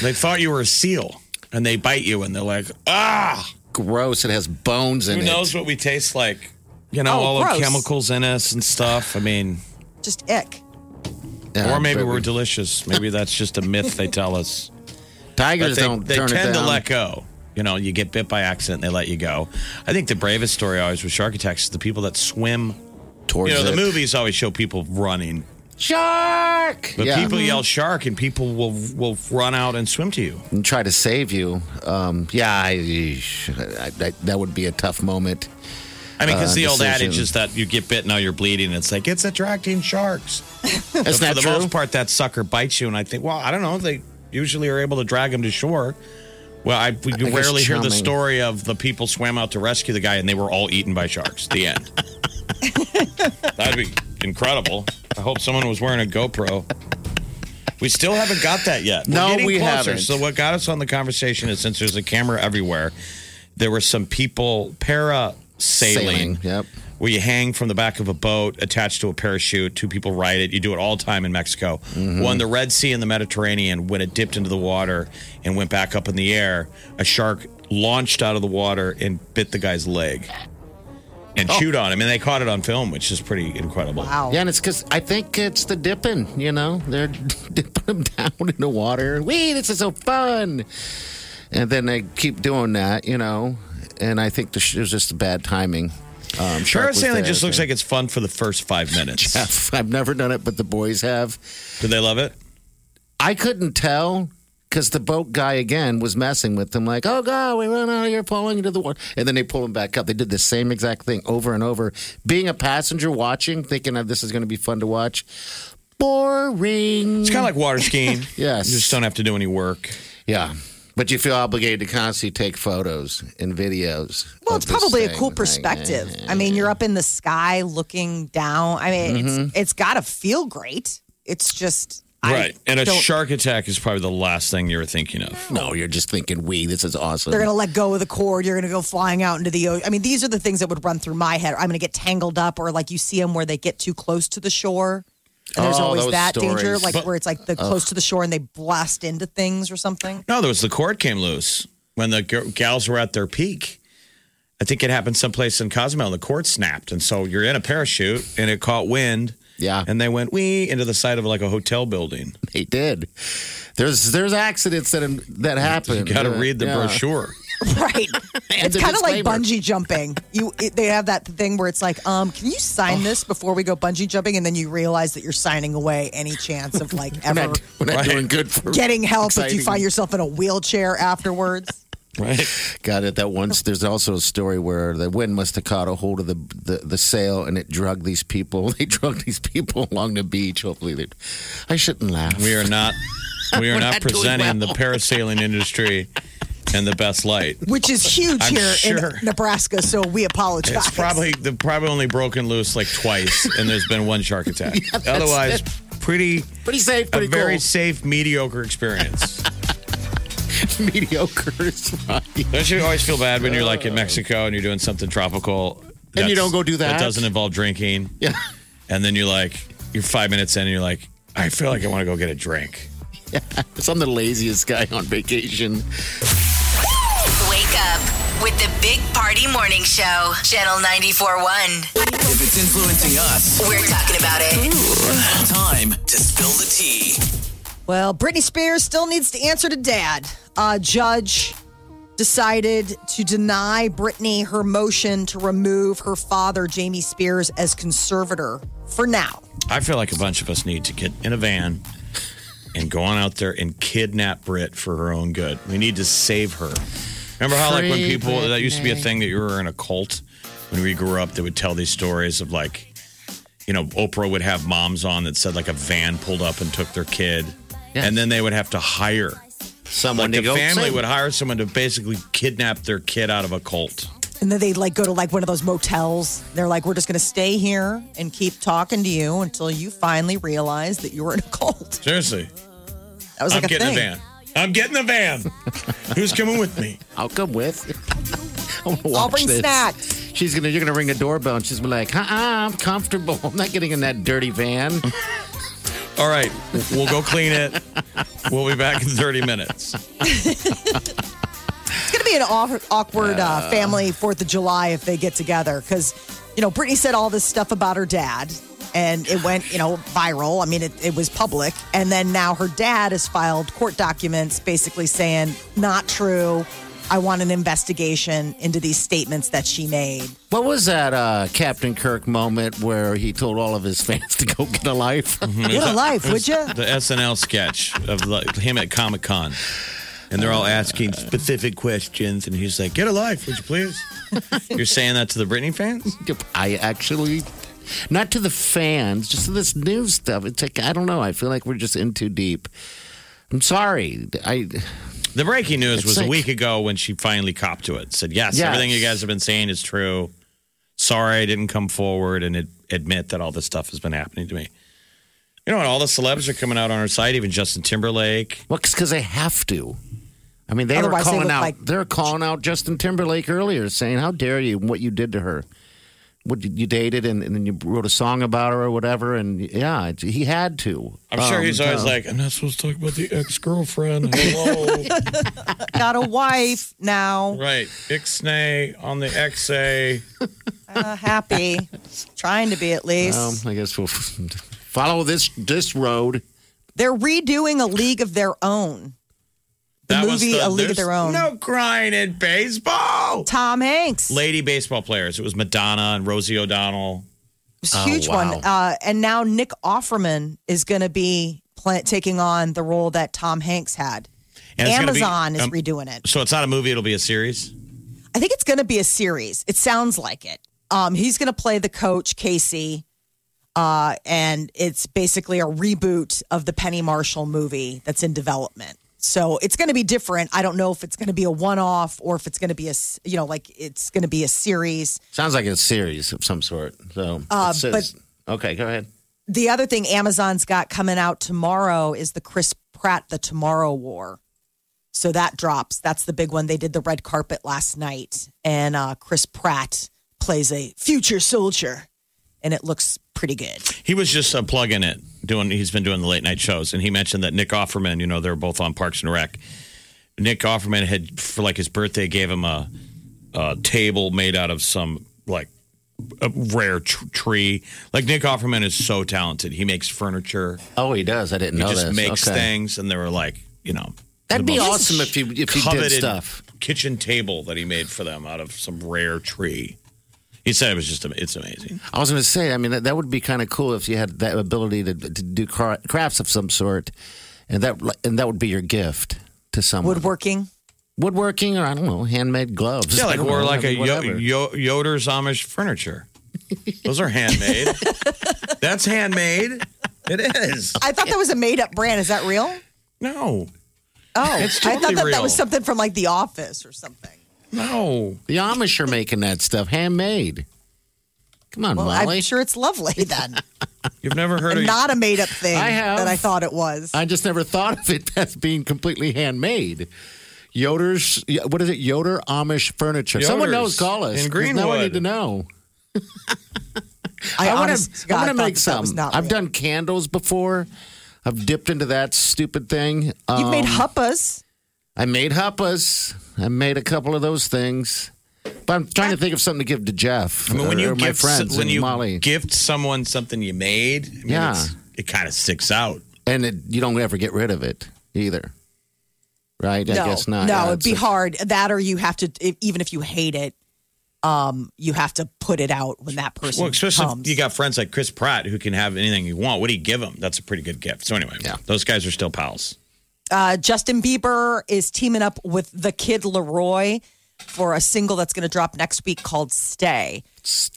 they thought you were a seal and they bite you and they're like, "Ah,
Gross. It has bones in
who
it.
knows what we taste like?" You know,
Oh,
all
gross.
the chemicals in us and stuff. I mean,
Just ick.
Yeah,
or maybe
but
we're delicious. Maybe that's just a myth they tell us.
tigers
But they,
don't
they
turn
tend
it
to
down.
let go. You know, you get bit by accident, they let you go. I think the bravest story always with shark attacks is the people that swim.
towards
you know, the
it.
movies always show people running,
shark.
but
yeah.
people
Mm-hmm.
yell shark, and people will will run out and swim to you.
and try to save you. Um, yeah, I, I, I, that would be a tough moment.
I mean, because
Uh,
the old
decision.
adage is that you get bit, now you're bleeding. It's like it's attracting sharks.
That's
For
not
the
true.
most part, that sucker bites you, and I think, well, I don't know. They usually are able to drag him to shore. Well, I, we
think it's
rarely hear the
charming.
story of the people swam out to rescue the guy, and they were all eaten by sharks. The end. That'd be incredible. I hope someone was wearing a GoPro. We still haven't got that yet. We're
No,
getting
we
closer.
haven't.
So what got us on the conversation is since there's a camera everywhere, there were some people parasailing
Sailing, Yep.
where you hang from the back of a boat attached to a parachute. Two people ride it. You do it all the time in Mexico.
Mm-hmm.
One, the Red Sea and the Mediterranean, when it dipped into the water and went back up in the air, a shark launched out of the water and bit the guy's leg and
Oh.
chewed on him. And they caught it on film, which is pretty incredible.
Wow.
Yeah, and it's because I think it's the dipping. You know, they're dipping them down in the water. Wee, this is so fun. And then they keep doing that. You know, and I think the sh- it was just bad timing. Um, Shark was
Parasailing
there,
just looks
so-
like it's fun for the first five minutes.
I've never done it, but the boys have.
Do they love it?
I couldn't tell because the boat guy again was messing with them, like, "Oh God, we ran out of here, falling into the water," and then they pull him back up. They did the same exact thing over and over. Being a passenger watching, thinking that this is going to be fun to watch, boring.
It's kind of like water skiing.
Yes.
You just don't have to do any work.
Yeah, but you feel obligated to constantly take photos and videos.
Well,
of
it's
this
probably a
thing.
cool
Like,
perspective. I mean, you're up in the sky looking down. I mean, it's
Mm-hmm.
it's got to feel great. It's just I
Right. And a
don't-
shark attack is probably the last thing you're thinking of.
No, you're just thinking, "We, this is awesome."
They're going to let go of the cord. You're going to go flying out into the ocean. I mean, these are the things that would run through my head. I'm going to get tangled up, or like you see them where they get too close to the shore. And there's
Oh,
always
those
that
stories.
danger, like
But-
where it's like the close to the shore and they blast into things or something.
No, there was the cord came loose when the g- gals were at their peak. I think it happened someplace in Cozumel. The cord snapped, and so you're in a parachute, and it caught wind.
Yeah.
and they went wee into the side of like a hotel building.
They did. There's there's accidents that that happen.
You got to read the
Yeah.
brochure.
Right.
And
it's
the
kind of like
disclaimer.
bungee jumping. You it, they have that thing where it's like, um, can you sign this before we go bungee jumping? And then you realize that you're signing away any chance of like
We're
ever
not, we're not doing good for
getting help if you
exciting-
find yourself in a wheelchair afterwards.
Right. Got it. That once there's also a story where the wind must have caught a hold of the the, the sail and it drug these people. They drug these people along the beach. Hopefully, they. I shouldn't laugh.
We are not. We are
We're
not,
not doing
presenting
well.
the parasailing industry in the best light.
Which is huge
I'm
here
sure.
in Nebraska, so we apologize.
It's probably the probably only broken loose like twice, and there's been one shark attack.
that's
Otherwise,
it.
pretty
Pretty safe. Pretty
a very
cool.
safe, mediocre experience.
mediocre. Is right.
Don't you always feel bad when you're like in Mexico and you're doing something tropical,
Uh. And you
that's-
don't go do that?
That doesn't involve drinking.
Yeah.
and then you're like, you're five minutes in, and you're like, I feel like I want to go get a drink.
Yeah. I'm the laziest guy on vacation.
Wake up with the Big Party Morning Show, Channel 94.1.
If it's influencing us,
We're talking about it.
time to spill the tea.
Well, Britney Spears still needs to answer to dad. A judge decided to deny Britney her motion to remove her father, Jamie Spears, as conservator for now.
I feel like a bunch of us need to get in a van and go on out there and kidnap Brit for her own good. We need to save her. Remember how, like, when
Free
people that used to be a
Britney.
thing that you were in a cult when we grew up, they would tell these stories of like, you know, Oprah would have moms on that said like a van pulled up and took their kid,
Yeah.
and then they would have to hire
Someone
like
to
the
go
family
save.
would hire someone to basically kidnap their kid out of a cult.
And then they like go to like one of those motels. They're like, we're just going to stay here and keep talking to you until you finally realize that you're in a cult.
Seriously,
That was like
I'm
a
getting
thing.
a van. I'm getting a van. Who's coming with me?
I'll come with. I wanna
I'll
watch
bring
this.
snacks.
She's gonna. You're gonna ring the doorbell, and she's gonna be like, uh-uh, "I'm comfortable. I'm not getting in that dirty van."
All right, we'll go clean it. We'll be back in 30 minutes.
It's going to be an aw- awkward uh, family Fourth of July if they get together because, you know, Britney said all this stuff about her dad and it went, you know, viral. I mean, it, it was public. And then now her dad has filed court documents basically saying, not true. I want an investigation into these statements that she made.
What was that uh, Captain Kirk moment where he told all of his fans to go get a life?
Get a life, would you?
The SNL sketch of like, him at Comic Con. And they're all asking specific questions. And he's like, get a life, would you please? You're saying that to the Britney fans?
I actually, not to the fans, just to this news stuff. It's like I don't know. I feel like we're just in too deep. I'm sorry. I
The breaking news
It's
was
like-
a week ago when she finally copped to it. Said, yes,
Yes.
everything you guys have been saying is true. Sorry I didn't come forward and ad- admit that all this stuff has been happening to me. You know, and all the celebs are coming out on her side, even Justin Timberlake.
well, because they have to. I mean, they
Otherwise,
were
they
calling
look
out.
like-
they're calling out Justin Timberlake earlier, saying, "How dare you? What you did to her? What you dated, and, and then you wrote a song about her or whatever." And yeah, he had to.
I'm sure
Um,
he's always
uh,
like, I'm not supposed to talk about the ex girlfriend. Hello.
Got a wife now,
right. Ixnay on the XA.
uh, happy, trying to be at least.
Um, I guess we'll follow this this road.
They're redoing a league of their own. The movie A League
there's
of Their Own.
No crying in baseball.
Tom Hanks.
Lady baseball players. It was Madonna and Rosie O'Donnell.
It's a
Oh,
huge
wow.
one. Uh, and now Nick Offerman is going to be pla taking on the role that Tom Hanks had.
And it's gonna be-
Amazon is
um,
redoing it.
So it's not a movie, it'll be a series.
I think it's going to be a series. It sounds like it. Um, he's going to play the coach, Casey. Uh, and it's basically a reboot of the Penny Marshall movie that's in development. So it's going to be different. I don't know if it's going to be a one-off or if it's going to be a, s- you know, like it's going to be a series.
Sounds like a series of some sort. So,
Uh,
it says- okay, go ahead.
the other thing Amazon's got coming out tomorrow is the Chris Pratt The Tomorrow War. So that drops. That's the big one. They did the red carpet last night, and uh, Chris Pratt plays a future soldier, and it looks pretty good.
He was just uh, plugging it, doing. He's been doing the late night shows, and he mentioned that Nick Offerman. You know, they're both on Parks and Rec. Nick Offerman had for like his birthday gave him a, a table made out of some like a rare tr- tree. Like Nick Offerman is so talented. He makes furniture.
Oh, he does. I didn't
He
know
just
this.
makes
Okay.
things, and they were like, you know,
That'd
the
be
most
awesome if you if you did
coveted
stuff.
Kitchen table that he made for them out of some rare tree. He said it was just am- it's amazing.
I was going to say, I mean, that, that would be kind of cool if you had that ability to, to do cra- crafts of some sort, and that and that would be your gift to someone.
Woodworking,
woodworking, or I don't know, handmade gloves.
Yeah,
I
like
don't
or
know,
like
I
a
mean,
Yo-
whatever.
Yo- Yoder's Amish furniture. Those are handmade. That's handmade. It is.
I thought that was a made up brand. Is that real?
No,
Oh,
It's
I
totally
thought that that
real.
was something from like The Office or something.
no.
The Amish are making that stuff handmade. Come on,
Well,
Molly.
I'm sure it's lovely then,
You've never heard
and
of
not a made up thing
I have.
that I thought it was.
I just never thought of it as being completely handmade. Yoder's, what is it? Yoder Amish furniture. Someone knows,
Yoder's
call us.
in
'cause Now I
Greenwood.
need to know.
I,
I want
honest
to.
to
I
God
want to
thought
make
that that was
some.
not
I've
real.
done candles before. I've dipped into that stupid thing.
You've made
Um,
huppas.
I made huppas. I made a couple of those things. But I'm trying to think of something to give to Jeff.
I mean, when
or
you
or my
gift
friends
when
and
you
Molly,
gift someone something you made, I mean,
Yeah.
it's- it kind of sticks out.
and it, you don't ever get rid of it either, right? I guess not.
No,
Yeah,
it'd
it's
be
a-
hard. That or you have to, if, even if you hate it, um, you have to put it out when that person
Well, especially
comes.
if you got friends like Chris Pratt who can have anything you want. What do you give them? That's a pretty good gift. So anyway,
Yeah.
those guys are still pals.
uh, Justin Bieber is teaming up with the Kid Leroy for a single that's going to drop next week called "Stay."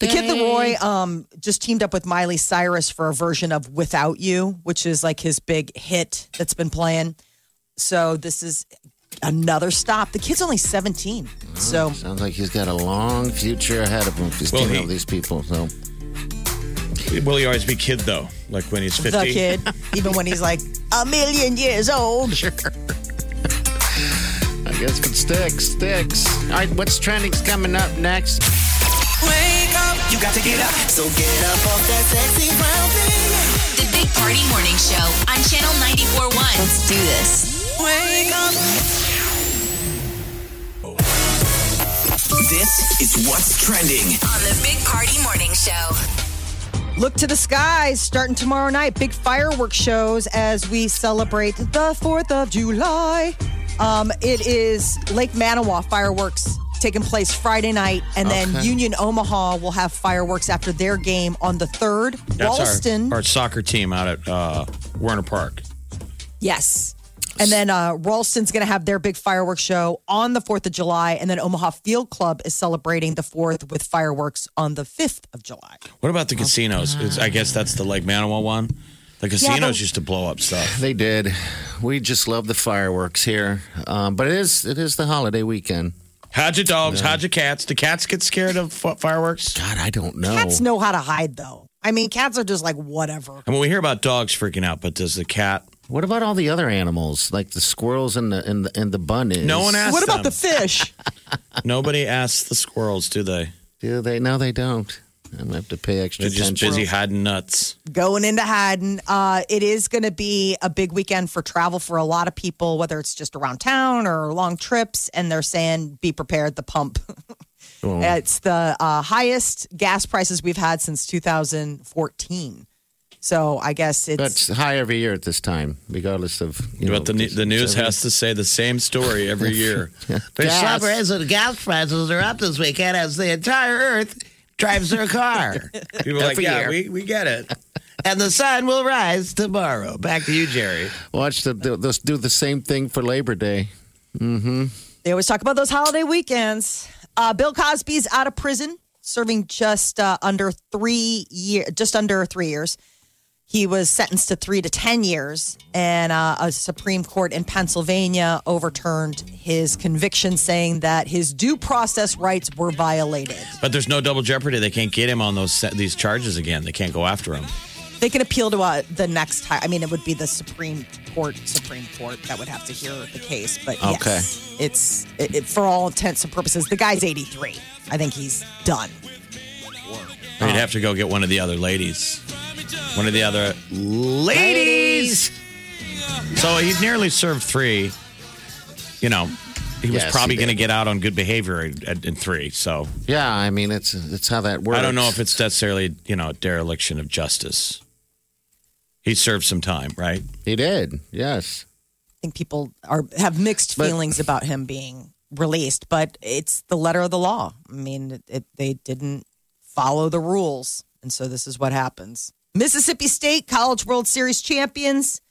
The Kid Leroy um, just teamed up with Miley Cyrus for a version of "Without You," which is like his big hit that's been playing. So this is another stop. The kid's only seventeen, so
Sounds like he's got a long future ahead of him. if He's
Well,
teaming
he-
up with these people. So
Will he always be kid though? Like when he's fifty?
the kid, even when he's like a million years old.
I guess if it sticks, sticks. All right, what's trending's coming up next?
Wake up, you got to get up. So get up off that sexy ground.
The Big Party Morning Show on Channel 94.1. Let's do this.
Wake up. This is what's trending.
On the Big Party Morning Show.
Look to the skies starting tomorrow night. Big fireworks shows as we celebrate the 4th of July. Um, it is Lake Manawa fireworks taking place Friday night, and then
Okay.
Union Omaha will have fireworks after their game on the 3rd.
That's
Ralston.
Our, our soccer team out at uh, Werner Park.
Yes. And then uh, Ralston's going to have their big fireworks show on the 4th of July. And then Omaha Field Club is celebrating the 4th with fireworks on the 5th of July.
What about the casinos? It's, I guess that's the Lake Manawa one. The casinos
the-
used to blow up stuff.
They did. We just love the fireworks here, um, but it is it is the holiday weekend.
How'd your dogs? How'd your cats? Do cats get scared of fi- fireworks?
God, I don't know.
Cats know how to hide, though. I mean, cats are just like, whatever.
I mean, we hear about dogs freaking out, but does the cat?
What about all the other animals, like the squirrels and the and the, and the bunnies?
No one asked
What about the
them.
fish?
Nobody asks the squirrels, do they?
Do they? No, they don't. I'm gonna have to pay extra
They're just
attention.
busy hiding nuts.
Going into hiding. Uh, it is going to be a big weekend for travel for a lot of people, whether it's just around town or long trips. And they're saying, be prepared, the pump. It's the uh, highest gas prices we've had since 2014. So I guess it's.
That's high every year at this time, regardless of you know.
but the, ne- the news has to say the same story every year.
They
Gas
suck.
prices, gas prices are up this weekend as the entire Earth drives their car,
People are like,
Every
yeah,
year.
we, we get it.
and the sun will rise tomorrow. Back to you, Jerry.
Watch the, the they'll do the same thing for Labor Day.
They always talk about those holiday weekends. Uh, Bill Cosby's out of prison, serving just uh, under three year, just under three years. He was sentenced to three to ten years, and uh, a Supreme Court in Pennsylvania overturned his conviction, saying that his due process rights were violated.
But there's no double jeopardy. They can't get him on those se- these charges again. They can't go after him.
They can appeal to uh, the next high. I mean, it would be the Supreme Court, Supreme Court that would have to hear the case. But yes, it's it, it, for all intents and purposes, the guy's eighty-three. I think he's done.
Oh.
You'd have to go get one of the other ladies. One of the other
Ladies,
So he's nearly served three. You know, he was
Yes,
probably
he did.
going to get out on good behavior in, at- in three. So
Yeah, I mean it's it's how that works.
I don't know if it's necessarily you know dereliction of justice. He served some time, right?
he did. Yes,
think people are have mixed feelings about him being released, but it's the letter of the law. I mean, it, it, they didn't follow the rules, and so this is what happens. Mississippi State College World Series champions.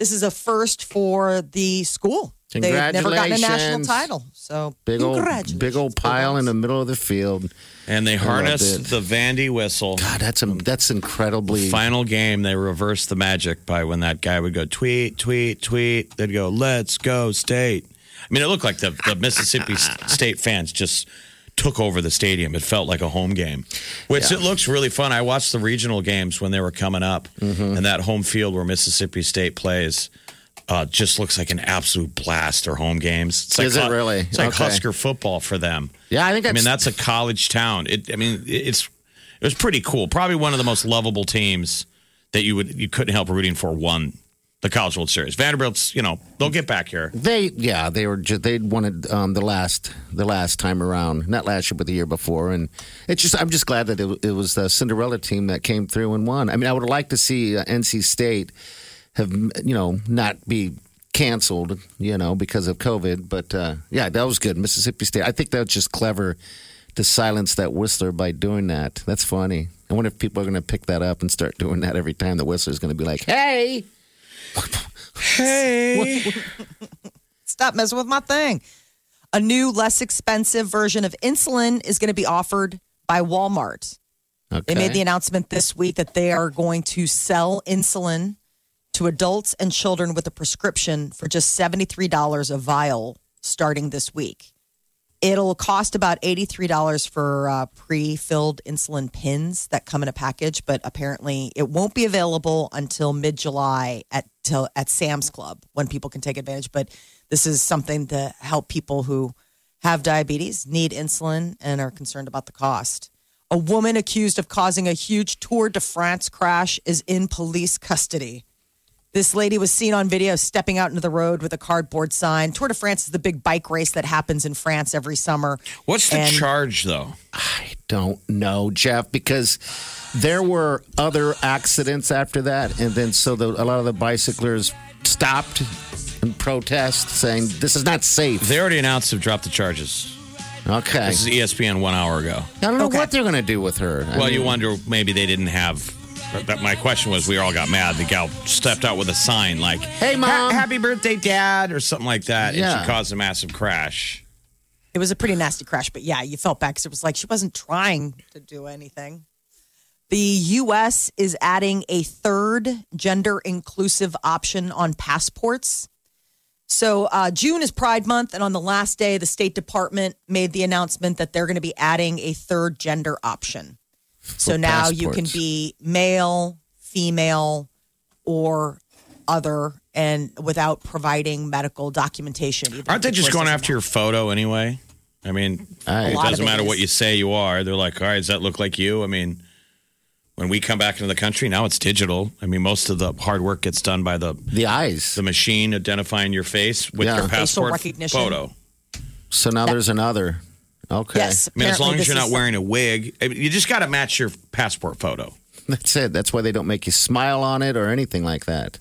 This is a first for the school. They've never gotten a national
Congratulations.
title. So
Big old,
congratulations.
big old pile in the middle of the field.
And they
I loved
harnessed
it.
the Vandy whistle.
God, that's a, that's incredibly.
Final game, they reversed the magic by when that guy would go tweet, tweet, tweet. They'd go, "Let's go state." I mean, it looked like the, the Mississippi S- State fans just took over the stadium. It felt like a home game, which
Yeah.
it looks really fun. I watched the regional games when they were coming up,
Mm-hmm.
and that home field where Mississippi State plays. Uh, just looks like an absolute blast. Their home games. It's like
Is it
Hu-
really?
It's like
Okay.
Husker football for them.
Yeah, I think
I mean,
that's-
that's a college town. It, I mean, it's it was pretty cool. Probably one of the most lovable teams that you would you couldn't help rooting for won the College World Series. Vanderbilt's, you know, they'll get back here.
They yeah they were ju- they wanted um, the last the last time around not last year but the year before and it's just I'm just glad that it, it was the Cinderella team that came through and won I mean I would like to see uh, NC State have you know not be canceled you know because of COVID but uh, yeah that was good Mississippi State I think that's just clever to silence that Whistler by doing that that's funny I wonder if people are going to pick that up and start doing that every time the Whistler's going to be like hey Hey.
Hey.
Stop messing with my thing. A new, less expensive version of insulin is going to be offered by Walmart. They made the announcement this week that they are going to sell insulin to adults and children with a prescription for just $73 a vial starting this week. It'll cost about $83 for uh, pre filled insulin pins that come in a package, but apparently it won't be available until mid July at, till, at Sam's Club when people can take advantage. But this is something to help people who have diabetes, need insulin, and are concerned about the cost. A woman accused of causing a huge Tour de France crash is in police custody. This lady was seen on video stepping out into the road with a cardboard sign. Tour de France is the big bike race that happens in France every summer.
What's the
And-
charge though?
don't know, Jeff, because there were other accidents after that, and then so the, a lot of the bicyclers stopped and protest, saying this is not safe.
They already announced they've dropped the charges.
Okay.
This is E ESPN one hour ago.
I don't know what they're going to do with her. I
well, you
mean,
wonder maybe they didn't have. That my question was, we all got mad. The gal stepped out with a sign like
Hey, mom.
happy birthday, dad, or something like that, and
Yeah.
she caused a massive crash.
It was a pretty nasty crash, but yeah, you felt bad because it was like she wasn't trying to do anything. The U.S. is adding a third gender inclusive option on passports. So uh, June is Pride Month, and on the last day, the State Department made the announcement that they're going to be adding a third gender option. So
For
now you can
passports.
be male, female, or other, and without providing medical documentation. even
Aren't they
if the
just
person
going after your photo anyway? I mean,
A
it
lot
doesn't
of it
matter what
is.
you say you are. They're like, all right, does that look like you? I mean, when we come back into the country, now it's digital. I mean, most of the hard work gets done by the
the eyes,
the machine identifying your face with
Yeah.
your
Facial
passport
recognition.
photo.
so now there's another. Okay.
Yes.
I mean, as long
Apparently
as you're
this
not
is-
wearing a wig, I mean, you just got to match your passport photo.
That's it. That's why they don't make you smile on it or anything like that.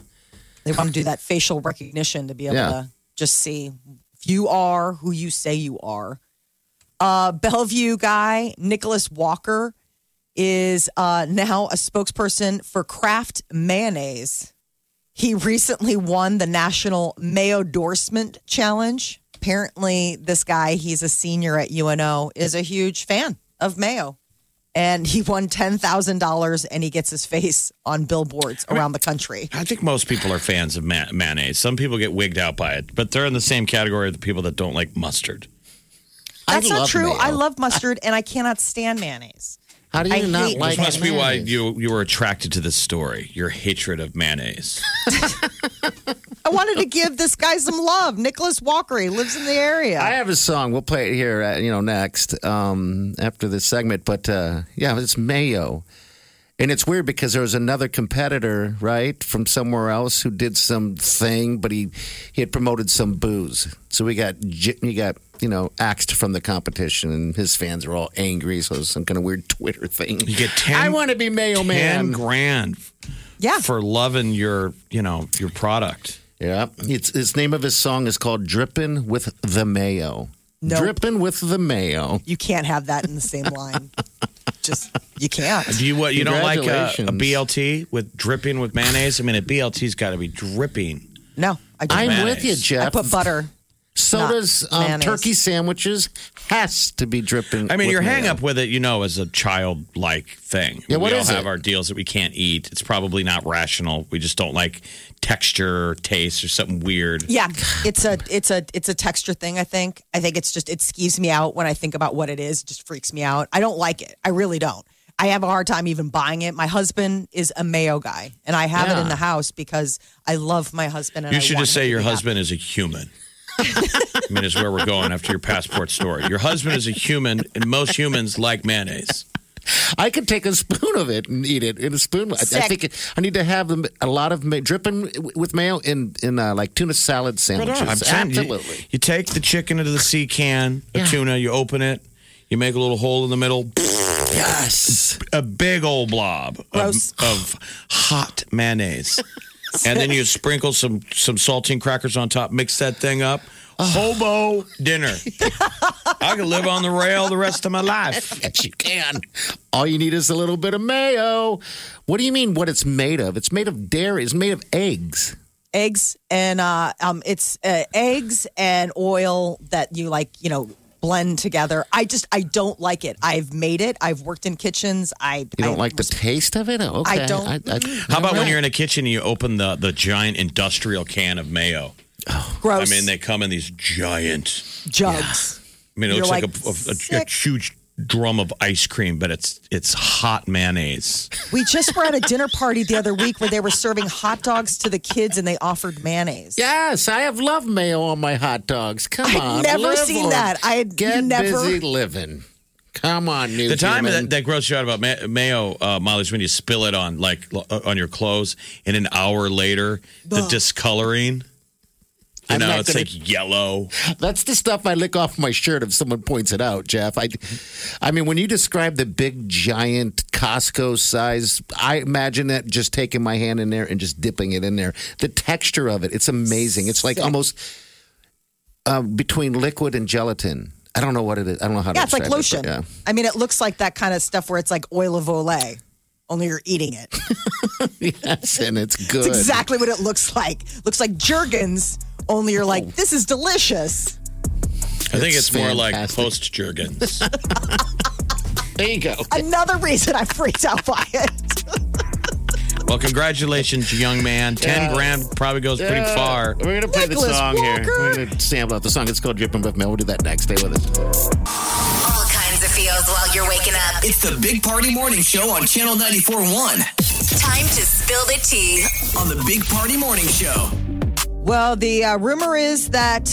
They want to do that facial recognition to be able
Yeah.
to just see if you are who you say you are. Uh, Bellevue guy, Nicholas Walker, is uh, now a spokesperson for Kraft Mayonnaise. He recently won the National Mayo Endorsement Challenge. Apparently, this guy, he's a senior at UNO, is a huge fan of mayo. And he won $10,000 and he gets his face on billboards around the country.
I think most people are fans of ma- mayonnaise. Some people get wigged out by it, but they're in the same category of the people that don't like mustard.
That's
I
not
love
true.
mayo.
I love mustard and I cannot stand mayonnaise.
How do you
I
not
hate-
like?
This must be why
mayonnaise?
you you were attracted to this story. Your hatred of mayonnaise.
I wanted to give this guy some love. Nicholas Walker, he lives in the area.
I have a song. We'll play it here, uh, you know, next um, after this segment. But uh, yeah, it's Mayo, and it's weird because there was another competitor, right, from somewhere else who did some thing, but he he had promoted some booze. So we got j- he got you know axed from the competition, and his fans are all angry. So it's some kind of weird Twitter thing.
You get ten.
I want to be Mayo
ten
Man. Ah.
grand
yeah.
for loving your you know your product.
Yeah. It's his name of his song is called Drippin' with the Mayo.
Nope.
Drippin' with the Mayo.
You can't have that in the same line. Just you can't.
Do you what? You don't like uh, a, a
Congratulations.
BLT with dripping with mayonnaise? I mean, a BLT's got to be dripping.
No, I don't.
I'm
Mayonnaise.
with you, Jeff.
I put butter. not
Sodas, um,
mayonnaise.
turkey sandwiches has to be dripping.
I mean,
with
your hang
mayo.
up with it, you know, is a childlike thing.
Yeah, what
we
is
all have
it?
our deals that we can't eat. It's probably not rational. We just don't like texture, or taste, or something weird.
Yeah, it's a it's a it's a texture thing. I think I think it's just it skeeves me out when I think about what it is. It just freaks me out. I don't like it. I really don't. I have a hard time even buying it. My husband is a mayo guy, and I have it in
Yeah.
the house because I love my husband. And
you
I
should
want
just
him
say
to
your
be happy.
husband is a human. I mean, is where we're going after your passport story. Your husband is a human, and most humans like mayonnaise.
I could take a spoon of it and eat it in a spoon. I, I
Sick.
think it, I need to have them- a lot of ma- dripping with mayo in in uh, like tuna salad sandwiches.
I'm saying you-
Absolutely.
You, take the chicken into the sea can of
Yeah.
tuna, you open it, you make a little hole in the middle,
Yes.
a big old blob of,
Gross.
of hot mayonnaise. and then you sprinkle some some saltine crackers on top, mix that thing up. Hobo dinner. I could live on the rail the rest of my life.
Yes, you can. All you need is a little bit of mayo. What do you mean? What it's made of? It's made of dairy. It's made of eggs.
eggs and uh, um, it's uh, eggs and oil that you like, you know, blend together. I just I don't like it. I've made it. I've worked in kitchens. I
You don't
I,
like the taste of it? Oh, Okay.
I don't-
How about when you're in a kitchen and you open the, the giant industrial can of mayo? I
gross
mean, they come in these giant
jugs.
I mean, it
You're
looks like, a,
like,
a, a, a
sick.
huge drum of ice cream, but it's it's hot mayonnaise.
We just were at a dinner party the other week where they were serving hot dogs to the kids and they offered mayonnaise.
Yes, I have loved mayo on my hot dogs. Come
I've
on,
never
live
seen
or
that. I had
get
never-
busy living. Come on, new
The time
human.
that, that grosses you out about ma- mayo, uh, Molly, is when you spill it on like lo- uh, on your clothes, and an hour later, the
Ugh.
discoloring. You
I'm
know,
not
it's
gonna-
like yellow.
That's the stuff I lick off my shirt if someone points it out, Jeff. I, I mean, when you describe the big, giant Costco size, I imagine that just taking my hand in there and just dipping it in there. The texture of it, it's amazing. It's like
Sick.
almost um, between liquid and gelatin. I don't know what it is. I don't know how
Yeah,
to
it's like
describe it,
lotion.
but
I mean, it looks like that kind of stuff where it's like oil of Olay, only you're eating it.
yeah. Yes, and it's good.
It's exactly what it looks like. Looks like Jergens, only you're
Oh.
like, this is delicious.
I think it's
It's
more like
fantastic.
post Jergens.
There you go.
Another reason I freaked out by it.
well, congratulations, young man. Ten grand probably goes pretty far.
Uh, We're gonna play the
Nicholas
song here.
Walker.
We're gonna sample out the song. It's called "Dripping with Mail." We'll do that next. Stay with us.
All kinds of feels while you're waking up.
It's the Big Party Morning Show on Channel 94.1
It's time to spill the tea.
on the Big Party Morning Show.
Well, the uh, rumor is that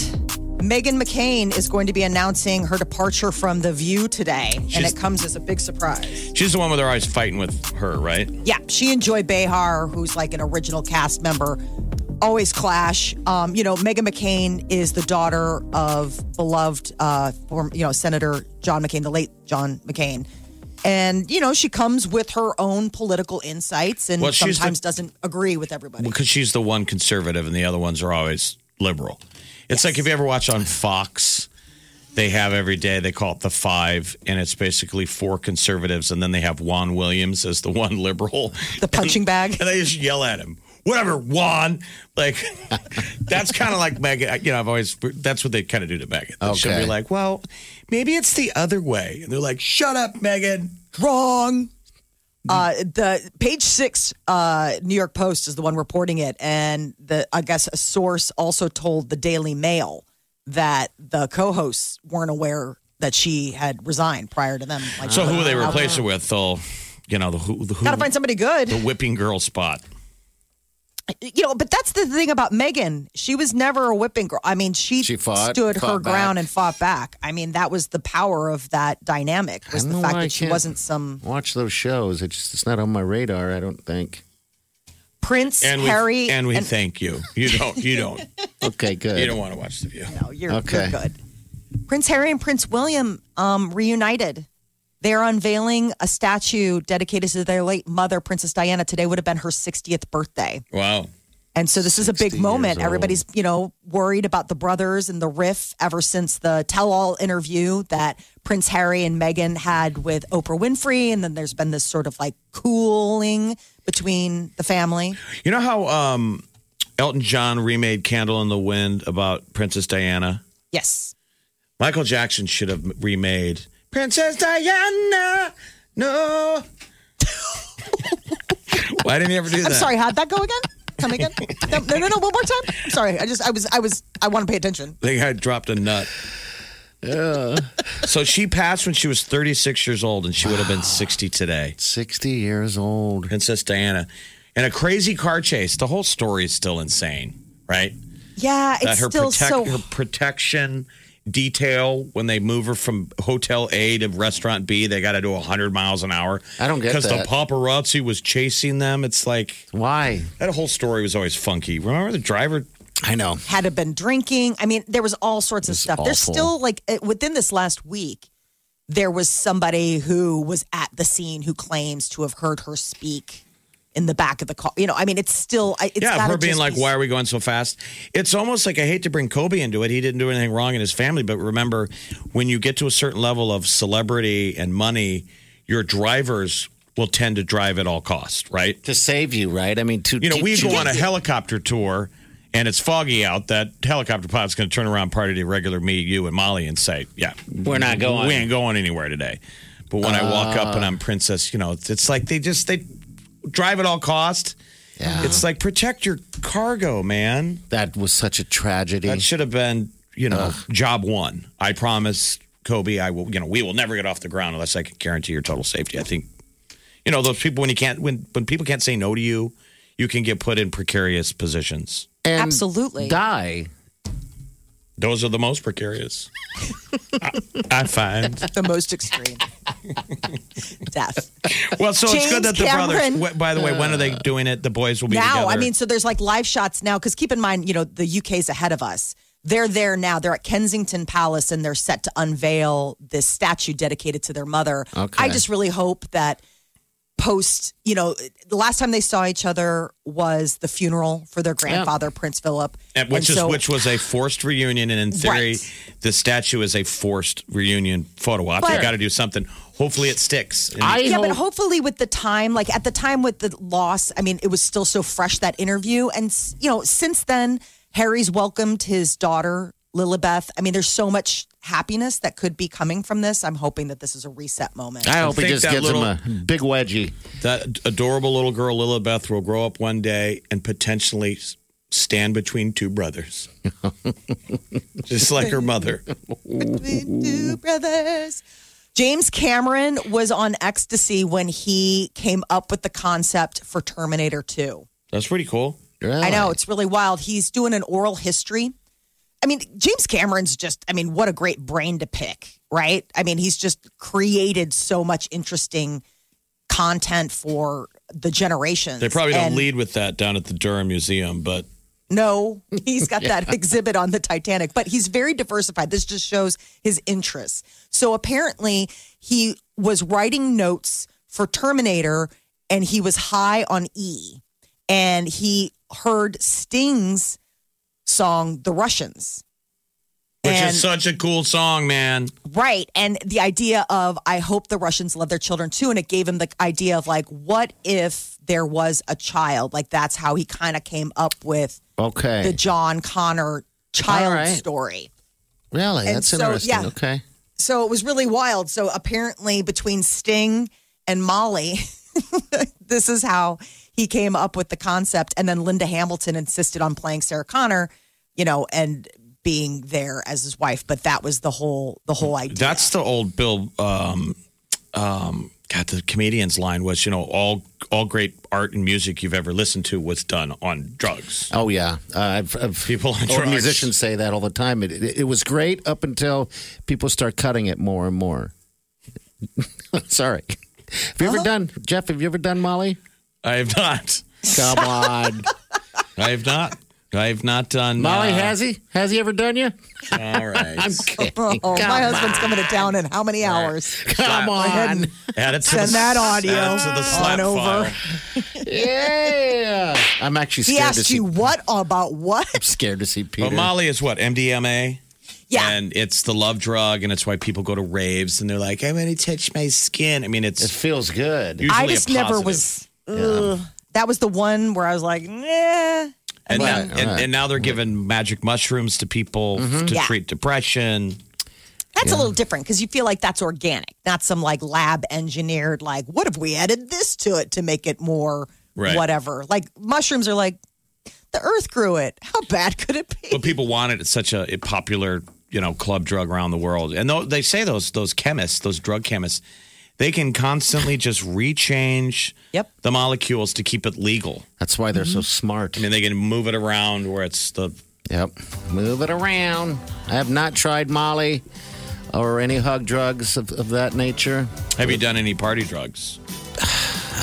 Megan McCain is going to be announcing her departure from The View today, and
She's-
it comes as a big surprise.
She's the one with her eyes fighting with her, right?
Yeah, she and Joy Behar, who's like an original cast member, always clash. Um, you know, Megan McCain is the daughter of beloved, uh, form, you know, Senator John McCain, the late John McCain. And you know she comes with her own political insights, and
Well, she's the-
sometimes doesn't agree with everybody.
because she's the one conservative and the other ones are always liberal. It's like if you ever watch on Fox, they have every day, they call it the five, and it's basically four conservatives, and then they have Juan Williams as the one liberal.
The punching bag.
And they just yell at him, whatever, Juan. Like, that's kind of like Megan. You know, I've always, that's what they kind of do to Megan. She'll
Okay.
be like, well, maybe it's the other way. And they're like, shut up, Megan.
wrong. Uh, the page six, uh, New York Post is the one reporting it, and the I guess a source also told the Daily Mail that the co-hosts weren't aware that she had resigned prior to them. Like,
So who they replace her with? They'll, you know, the who, the who,
Gotta find somebody good,
the whipping girl spot.
you know. But that's the thing about Megan; she was never a whipping girl. I mean, she,
She fought-
stood her
fought back.
ground and fought back. I mean, that was the power of that dynamic was
I
the
don't know
fact
why I
that she
can't
wasn't some
watch those shows. It's just it's not on my radar. I don't think.
prince
and we,
Harry
and we thank you. You don't. You don't.
Okay, good.
you don't want to watch the view.
No, you're,
Okay.
you're good. Prince Harry and Prince William um, reunited. They're unveiling a statue dedicated to their late mother, Princess Diana. Today would have been her 60th birthday.
Wow.
And so this is a big moment. Everybody's, you know, worried about the brothers and the riff ever since the tell all interview that Prince Harry and Meghan had with Oprah Winfrey. And then there's been this sort of like cooling between the family.
You know how um, Elton John remade Candle in the Wind about Princess Diana?
Yes.
Michael Jackson should have remade Princess Diana. No. Why didn't he ever do that?
I'm sorry, how'd that go again? Come again? No, no, no, no, one more time. I'm sorry. I just, I was, I was, I want to pay attention.
I think I dropped a nut. Yeah. so she passed when she was 36 years old, and she would have been 60 today.
60 years old.
Princess Diana. In a crazy car chase. The whole story is still insane, right?
Yeah,
That
it's
her,
still
protect-
so.
her protection detail when they move her from hotel A to restaurant B, they got to do 100 miles an hour.
I don't get
Because the
that.
paparazzi was chasing them. It's like.
Why?
That whole story was always funky. Remember the driver?
I know.
had have been drinking. I mean, there was all sorts of stuff. There's
awful.
still like it- within this last week, there was somebody who was at the scene who claims to have heard her speak in the back of the car. You know, I mean, it's still I- it's
yeah,
gotta
her being
just
like,
be-
"Why are we going so fast?" It's almost like I hate to bring Kobe into it. He didn't do anything wrong in his family, but remember, when you get to a certain level of celebrity and money, your drivers will tend to drive at all costs, right?
To save you, right? I mean, to
you know, we
to
go
get
on a
you.
helicopter tour, and it's foggy out. That helicopter pilot's going to turn around, party to regular me, you, and Molly, and say, "Yeah,
We're not going."
We ain't going anywhere today." But when I walk up
Ah.
and I'm princess, you know, it's, it's like they just they drive at all cost. It's like protect your cargo, man.
That was such a tragedy.
That should have been, you know, job one. I promise Kobe, I will, you know, we will never get off the ground unless I can guarantee your total safety. I think, you know, those people when you can't when when people can't say no to you, you can get put in precarious positions.
and
absolutely
die.
Those are the most precarious. I, I find.
the most extreme death.
Well, so it's good
James
that the
Cameron.
brothers. wh- By the way, when are they doing it? The boys will be
now,
together.
I mean, so there's like live shots now because keep in mind, you know, the UK's ahead of us. They're there now. They're at Kensington Palace and they're set to unveil this statue dedicated to their mother.
Okay.
I just really hope that post, you know, the last time they saw each other was the funeral for their grandfather, Prince Philip.
And which
And
is
so-
which was a forced reunion, and in theory, the statue is a forced reunion photo op. They
But-
got to do something. Hopefully, it sticks. And-
yeah, but hopefully with the time, like at the time with the loss, I mean, it was still so fresh that interview, and s- you know, since then, Harry's welcomed his daughter Lilibeth. I mean, there's so much happiness that could be coming from this. I'm hoping that this is a reset moment.
I hope he
think
just
that
gives
little-
him a big wedgie.
that adorable little girl Lilibeth will grow up one day and potentially s- stand between two brothers, just like her mother.
Between two brothers. James Cameron was on ecstasy when he came up with the concept for Terminator 2.
That's pretty cool.
I know it's really wild. He's doing an oral history. I mean, James Cameron's just, I mean, what a great brain to pick, right? I mean, he's just created so much interesting content for the generations.
They probably don't
And
lead with that down at the Durham Museum, but
No, he's got that exhibit on the Titanic, but he's very diversified. This just shows his interests. So apparently, he was writing notes for Terminator and he was high on E and he heard Sting's song, The Russians.
which
And-
is such a cool song, man.
Right. And the idea of, I hope the Russians love their children too. And it gave him the idea of, like, what if there was a child? Like, that's how he kind of came up with
Okay.
the John Connor
All
child
right.
story.
really?
And
That's
so,
interesting.
yeah.
Okay.
So it was really wild. So apparently, between Sting and Molly, this is how he came up with the concept. And then Linda Hamilton insisted on playing Sarah Connor, you know, and being there as his wife. But that was the whole the whole idea.
That's the old Bill. Um, um, God, the comedian's line was, you know, all all great art and music you've ever listened to was done on drugs.
Oh yeah, uh, I've, I've
People on
or
drugs.
musicians say that all the time. It, it, it was great up until people start cutting it more and more. Sorry. Have you ever done Jeff? Have you ever done Molly?
I have not.
Come on.
I have not. I've not done.
Molly,
uh,
has he? Has he ever done you?
All right.
I'm kidding.
Oh, my
Come
husband's coming to town in how many hours?
Come
Go ahead
on.
and
Add it to
Send
the,
that audio
add it to the slap
on over.
file.
Yeah. I'm actually
He
scared to
asked
see.
you what about what?
I'm scared to see Peter.
But Molly is what MDMA.
Yeah.
and it's the love drug, and it's why people go to raves and they're like, "I want to touch my skin." I mean, it's
it feels good.
usually
I
a
just never
positive.
was. Ugh. That was the one where I was like, nah.
And, now,
Right,
and,
right.
and now they're giving magic mushrooms to people to
Mm-hmm. Yeah.
treat depression.
That's a little different because you feel like that's organic, not some like lab engineered, like, what if we added this to it to make it more
Right.
whatever? Like, mushrooms are like, the earth grew it. How bad could it be?
But people want it. It's such a, a popular, you know, club drug around the world. And though they say those those chemists, those drug chemists, they can constantly just rechange
Yep.
the molecules to keep it legal.
That's why they're so smart.
Mm-hmm. I mean, they can move it around where it's the
Yep. Move it around. I have not tried Molly or any hug drugs of, of that nature.
Have you done any party drugs?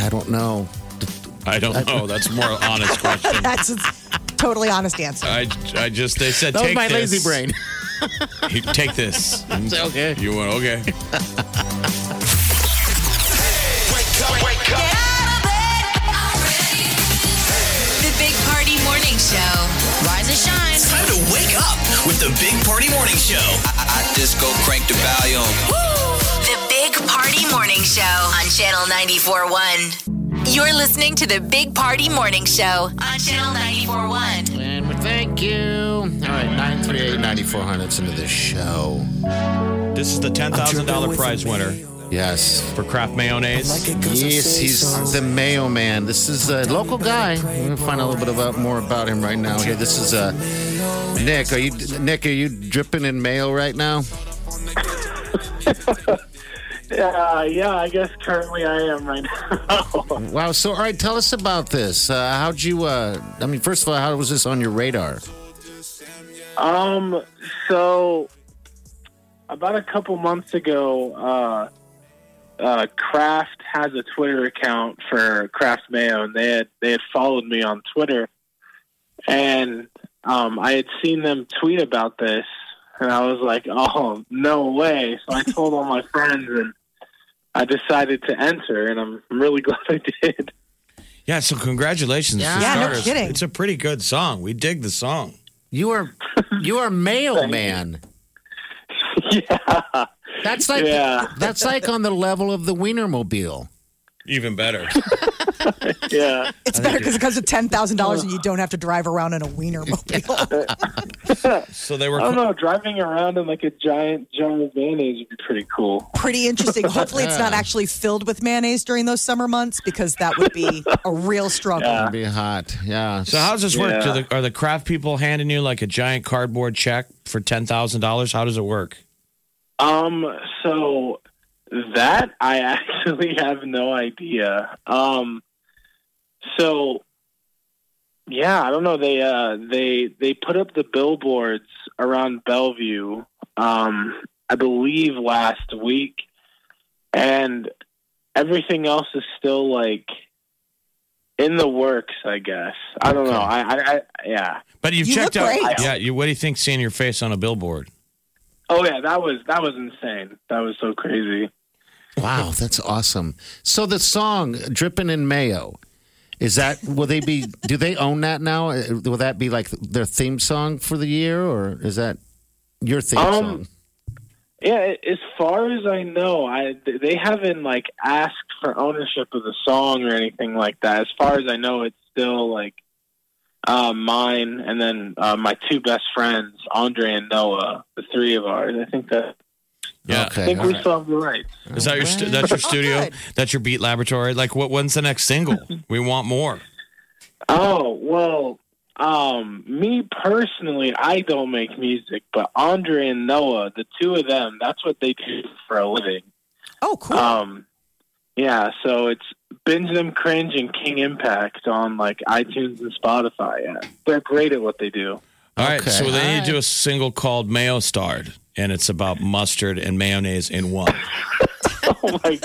I don't know.
I don't know. That's a more honest question.
That's a totally honest answer.
I, I just they said
That was
take
my
this.
lazy brain.
You Take this.
okay.
You went okay.
Wake up, wake up.
The Big Party Morning Show. Rise and shine.
Time to wake up with the Big Party Morning Show. I, I I just go crank the volume.
The Big Party Morning Show on Channel 94.1. You're listening to the Big Party Morning Show on Channel 94.1.
And we thank you. All right, 938 9400. It's into this show.
This is the ten thousand dollar prize winner
Yes.
for Kraft mayonnaise.
Yes, he's the mayo man. This is a local guy. We're gonna find out a little bit about more about him right now. Here, this is uh, Nick. Are you Nick? Are you dripping in mayo right now?
Uh, yeah, I guess currently I am right now.
Wow. So, all right, tell us about this. Uh, how'd you? Uh, I mean, first of all, how was this on your radar?
um, so about a couple months ago, uh, uh, Kraft has a Twitter account for Kraft Mayo, and they had they had followed me on Twitter, and um, I had seen them tweet about this, and I was like, "Oh, no way!" So I told all my friends, and I decided to enter, and I'm really glad I did.
Yeah, so congratulations.
Yeah.
for
Yeah,
no
starters.
kidding.
Uh, It's a pretty good song. We dig the song.
You are, you are mayo man.
yeah.
That's like
Yeah.
that's like on the level of the Wienermobile.
Even better.
Yeah.
It's better because it comes with $10,000 and you don't have to drive around in a wiener mobile.
So they were.
I don't know. Driving around in like a giant jar of mayonnaise would be pretty cool.
Pretty interesting. Hopefully, it's not actually filled with mayonnaise during those summer months because that would be a real struggle.
It'd be hot. Yeah.
So how's this work?
Yeah.
Do the, are the craft people handing you like a giant cardboard check for ten thousand dollars? How does it work?
Um, so that I actually have no idea. Um, so yeah, I don't know. They uh, they they put up the billboards around Bellevue. Um, I believe last week, and everything else is still like in the works. I guess I don't know. I, I, I yeah.
But you've
You
checked
look
out.
great.
Yeah. You, what do you think seeing your face on a billboard?
Oh yeah, that was that was insane. That was so crazy.
Wow, that's awesome. So the song "Dripping in Mayo" is that? Will they be? do they own that now? Uh, Will that be like their theme song for the year, or is that your theme
Um,
song?
Yeah, as far as I know, I they haven't like asked for ownership of the song or anything like that. As far as I know, it's still like uh, mine and then uh, my two best friends, Andre and Noah, the three of ours. I think that
Yeah.
I
Okay.
think
all
we
right.
still have the rights.
Is that your stu- that's your studio? That's your beat laboratory? Like what? When's the next single? We want more.
Oh well, um, me personally, I don't make music, but Andre and Noah, the two of them, that's what they do for a living.
Oh, cool.
Um, yeah, so it's Binge Them Cringe and King Impact on like iTunes and Spotify. Yeah. They're great at what they do.
All right.
Okay.
So then
All
you do a single called Mayo Starred, and it's about mustard and mayonnaise in one.
oh my,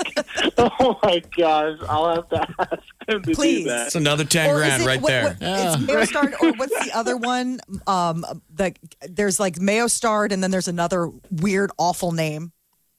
oh my gosh! I'll have to ask him to do that.
It's another 10
Or is
grand
it-
right
what-
there.
what- It's Mayo Starred, or what's the other one? Um, the there's like Mayo Starred, and then there's another weird, awful name.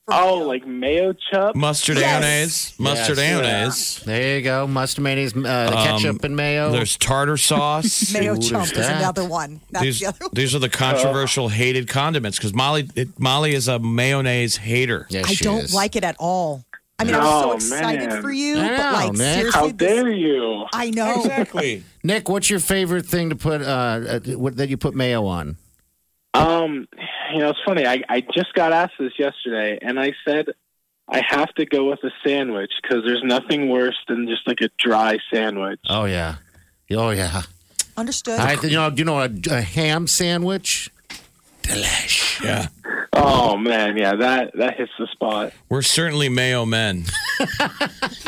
Oh, like mayo chup,
Mustard mayonnaise. Mustard
Yes.
mayonnaise.
There you go. Mustard mayonnaise, uh, the ketchup
Um,
and mayo.
There's tartar sauce.
Mayo Chump is another one. That's
These,
the other one.
these are the controversial hated condiments because Molly it, Molly is a mayonnaise hater.
I don't like it at all. I mean, I'm so excited for you,
I
but
know,
like
man.
seriously, this,
you?
I know.
Exactly.
Nick, what's your favorite thing to put uh, uh, what, that you put mayo on?
Um, you know, it's funny. I, I just got asked this yesterday, and I said I have to go with a sandwich because there's nothing worse than just like a dry sandwich.
Oh yeah, oh yeah.
Understood.
I, you know, you know, a, a ham sandwich. Delish.
Yeah.
Oh man, yeah, that that hits the spot.
We're certainly mayo men.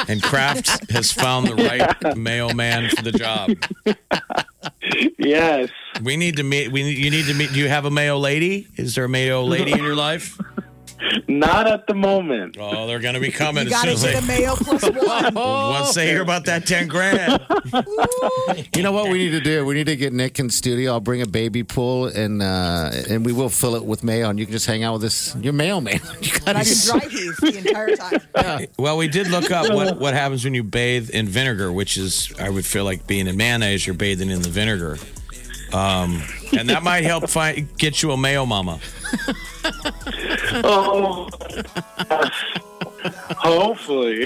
and Kraft has found the right mayo man for the job.
Yes.
We need to meet we need, you need to meet do you have a mayo lady? Is there a mayo lady in your life?
Not at the moment.
Oh, they're gonna be coming
you
as soon
gotta
as
get
they
a Mayo plus one.
once they hear about that ten grand.
You know what we need to do? We need to get Nick in studio. I'll bring a baby pool and uh, and we will fill it with mayo, and you can just hang out with this your mayo man. You
But
gotta-
I can dry heave the entire time.
Well, we did look up what, what happens when you bathe in vinegar, which is I would feel like being in mayonnaise, you're bathing in the vinegar, um, and that might help find get you a mayo mama.
Oh. Hopefully.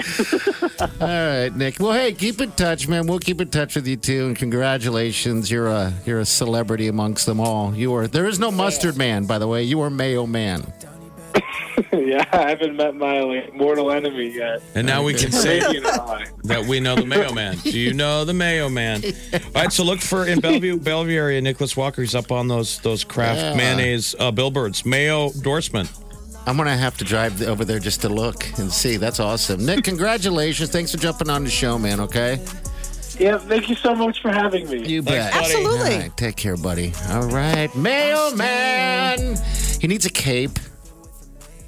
All right, Nick. Well, hey, keep in touch, man. We'll keep in touch with you too, and congratulations. You're a you're a celebrity amongst them all. You are. There is no mustard man, by the way. You are mayo man.
yeah, I haven't met my like, mortal enemy yet.
And now we can say
Maybe not.
that we know the mayo man. Do you know the mayo man? All right, so look for in Bellevue, Bellevue area. Nicholas Walker's up on those those craft
Yeah.
mayonnaise uh, billboards, mayo endorsement.
I'm gonna have to drive over there just to look and see. That's awesome, Nick. congratulations. Thanks for jumping on the show, man. Okay.
Yeah, thank you so much for having me.
You bet.
buddy.
Absolutely.
All right, take care, buddy. All right, mayo man. He needs a cape.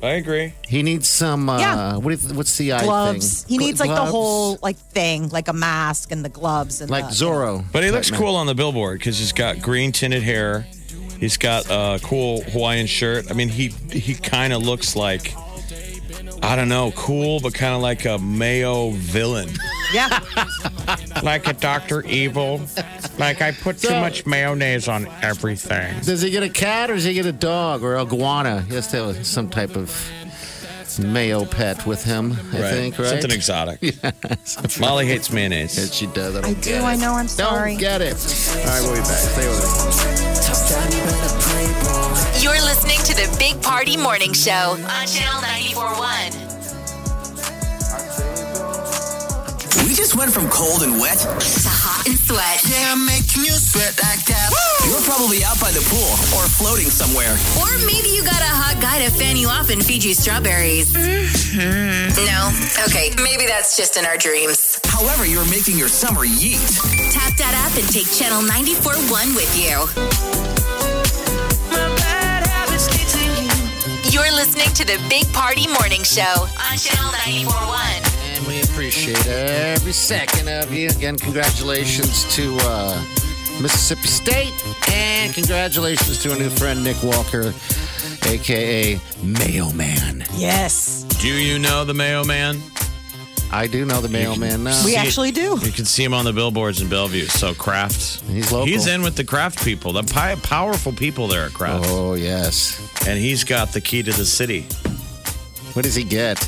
I agree.
He needs some. Uh,
Yeah.
What is, what's the eye
gloves.
thing?
He
Gl-
needs like the
gloves?
whole uh, like thing, like a mask and the gloves and
like
the,
Zorro.
But he looks
Batman.
cool on the billboard because he's got green tinted hair. He's got a cool Hawaiian shirt. I mean, he he kind of looks like I don't know, cool, but kind of like a Mayo villain,
Yeah,
like a Doctor Evil. Like I put too much mayonnaise on everything.
Does he get a cat or does he get a dog or iguana? He has to have some type of mayo pet with him, I think, right?
Something exotic. Molly hates mayonnaise.
that she does. I don't
I
get
do.
it.
I know. I'm sorry.
Don't get it. All right, we'll be back. Stay with us.
You're listening to the Big Party Morning Show on Channel 941.
We just went from cold and wet.
To hot and sweat
Yeah, I'm making you sweat like that. You're probably out by the pool or floating somewhere.
Or maybe you got a hot guy to fan you off and feed you strawberries. Mm-hmm. No? Okay, maybe that's just in our dreams.
However, you're making your summer yeet.
Tap that app and take Channel 94.1 with you. You're listening to the Big Party Morning Show on Channel 94.1.
And we appreciate every second of you. Again, congratulations to uh, Mississippi State. And congratulations to our new friend, Nick Walker, a.k.a. Mayo Man.
yes,
Do you know the Mayo man?
I do know the mailman now.
we actually do.
You can see him on the billboards in Bellevue. So Kraft,
He's local.
He's in with the Kraft people, the pi- powerful people there at Kraft,
Oh, yes.
and he's got the key to the city.
What does he get?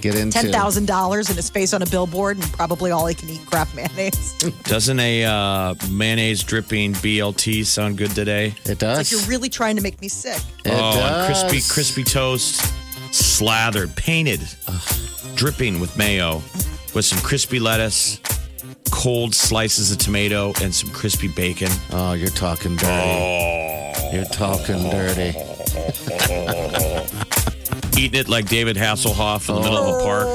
Get into
Ten thousand dollars in his face on a billboard, and probably all he can eat Kraft mayonnaise.
Doesn't a uh, mayonnaise dripping BLT sound good today?
It
like
does.
you're really trying to make me sick.
It
oh, and
does.
crispy, crispy toast, slathered, painted, dripping with mayo, with some crispy lettuce, cold slices of tomato, and some crispy bacon.
Oh, you're talking dirty. You're talking dirty. Oh.
Eating it like David Hasselhoff in the middle of a park.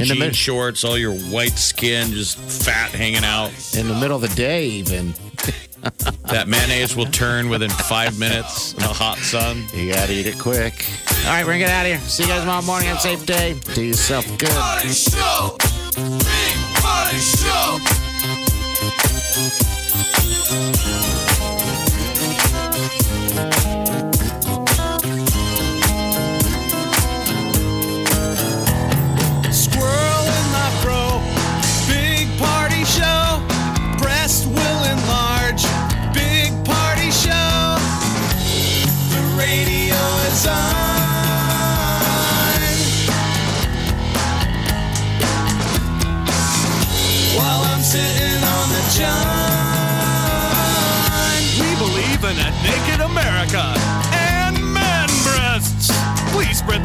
In the
Jean
mid-
shorts, all your white skin, just fat hanging out.
In the middle of the day, even.
that mayonnaise will turn within five minutes in the hot sun.
You gotta eat it quick. All right, we're gonna get out of here. See you guys tomorrow morning. Have a safe day. Do yourself good.
Party show. Big party show. Squirrel in my fro. Big party show. Breast will enlarge. Big party show. The radio is on. while I'm sitting on the john. We believe in a naked America and man breasts. Please spread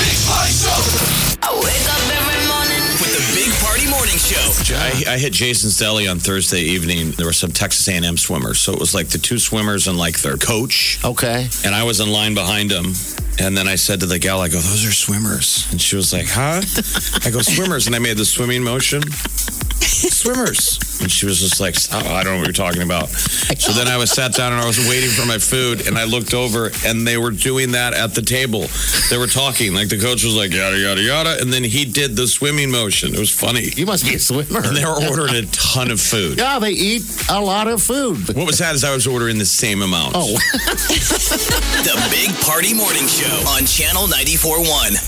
Big party show. I wake up every morning.
With the Big Party Morning Show.
I, I hit Jason's Deli on Thursday evening. There were some Texas A&M swimmers, so it was like the two swimmers and like their coach.
Okay.
And I was in line behind them, and then I said to the gal, "I go, those are swimmers," and she was like, "Huh?" I go, "Swimmers," and I made the swimming motion. Swimmers. And she was just like, "Stop, I don't know what you're talking about. So then I was sat down and I was waiting for my food and I looked over and they were doing that at the table. They were talking. Like the coach was like, yada, yada, yada. And then he did the swimming motion. It was funny. You
must be a swimmer.
And they were ordering a ton of food.
Yeah, they eat a lot of food.
What was that is I was ordering the same amount.
Oh.
the Big Party Morning Show on Channel 94.1.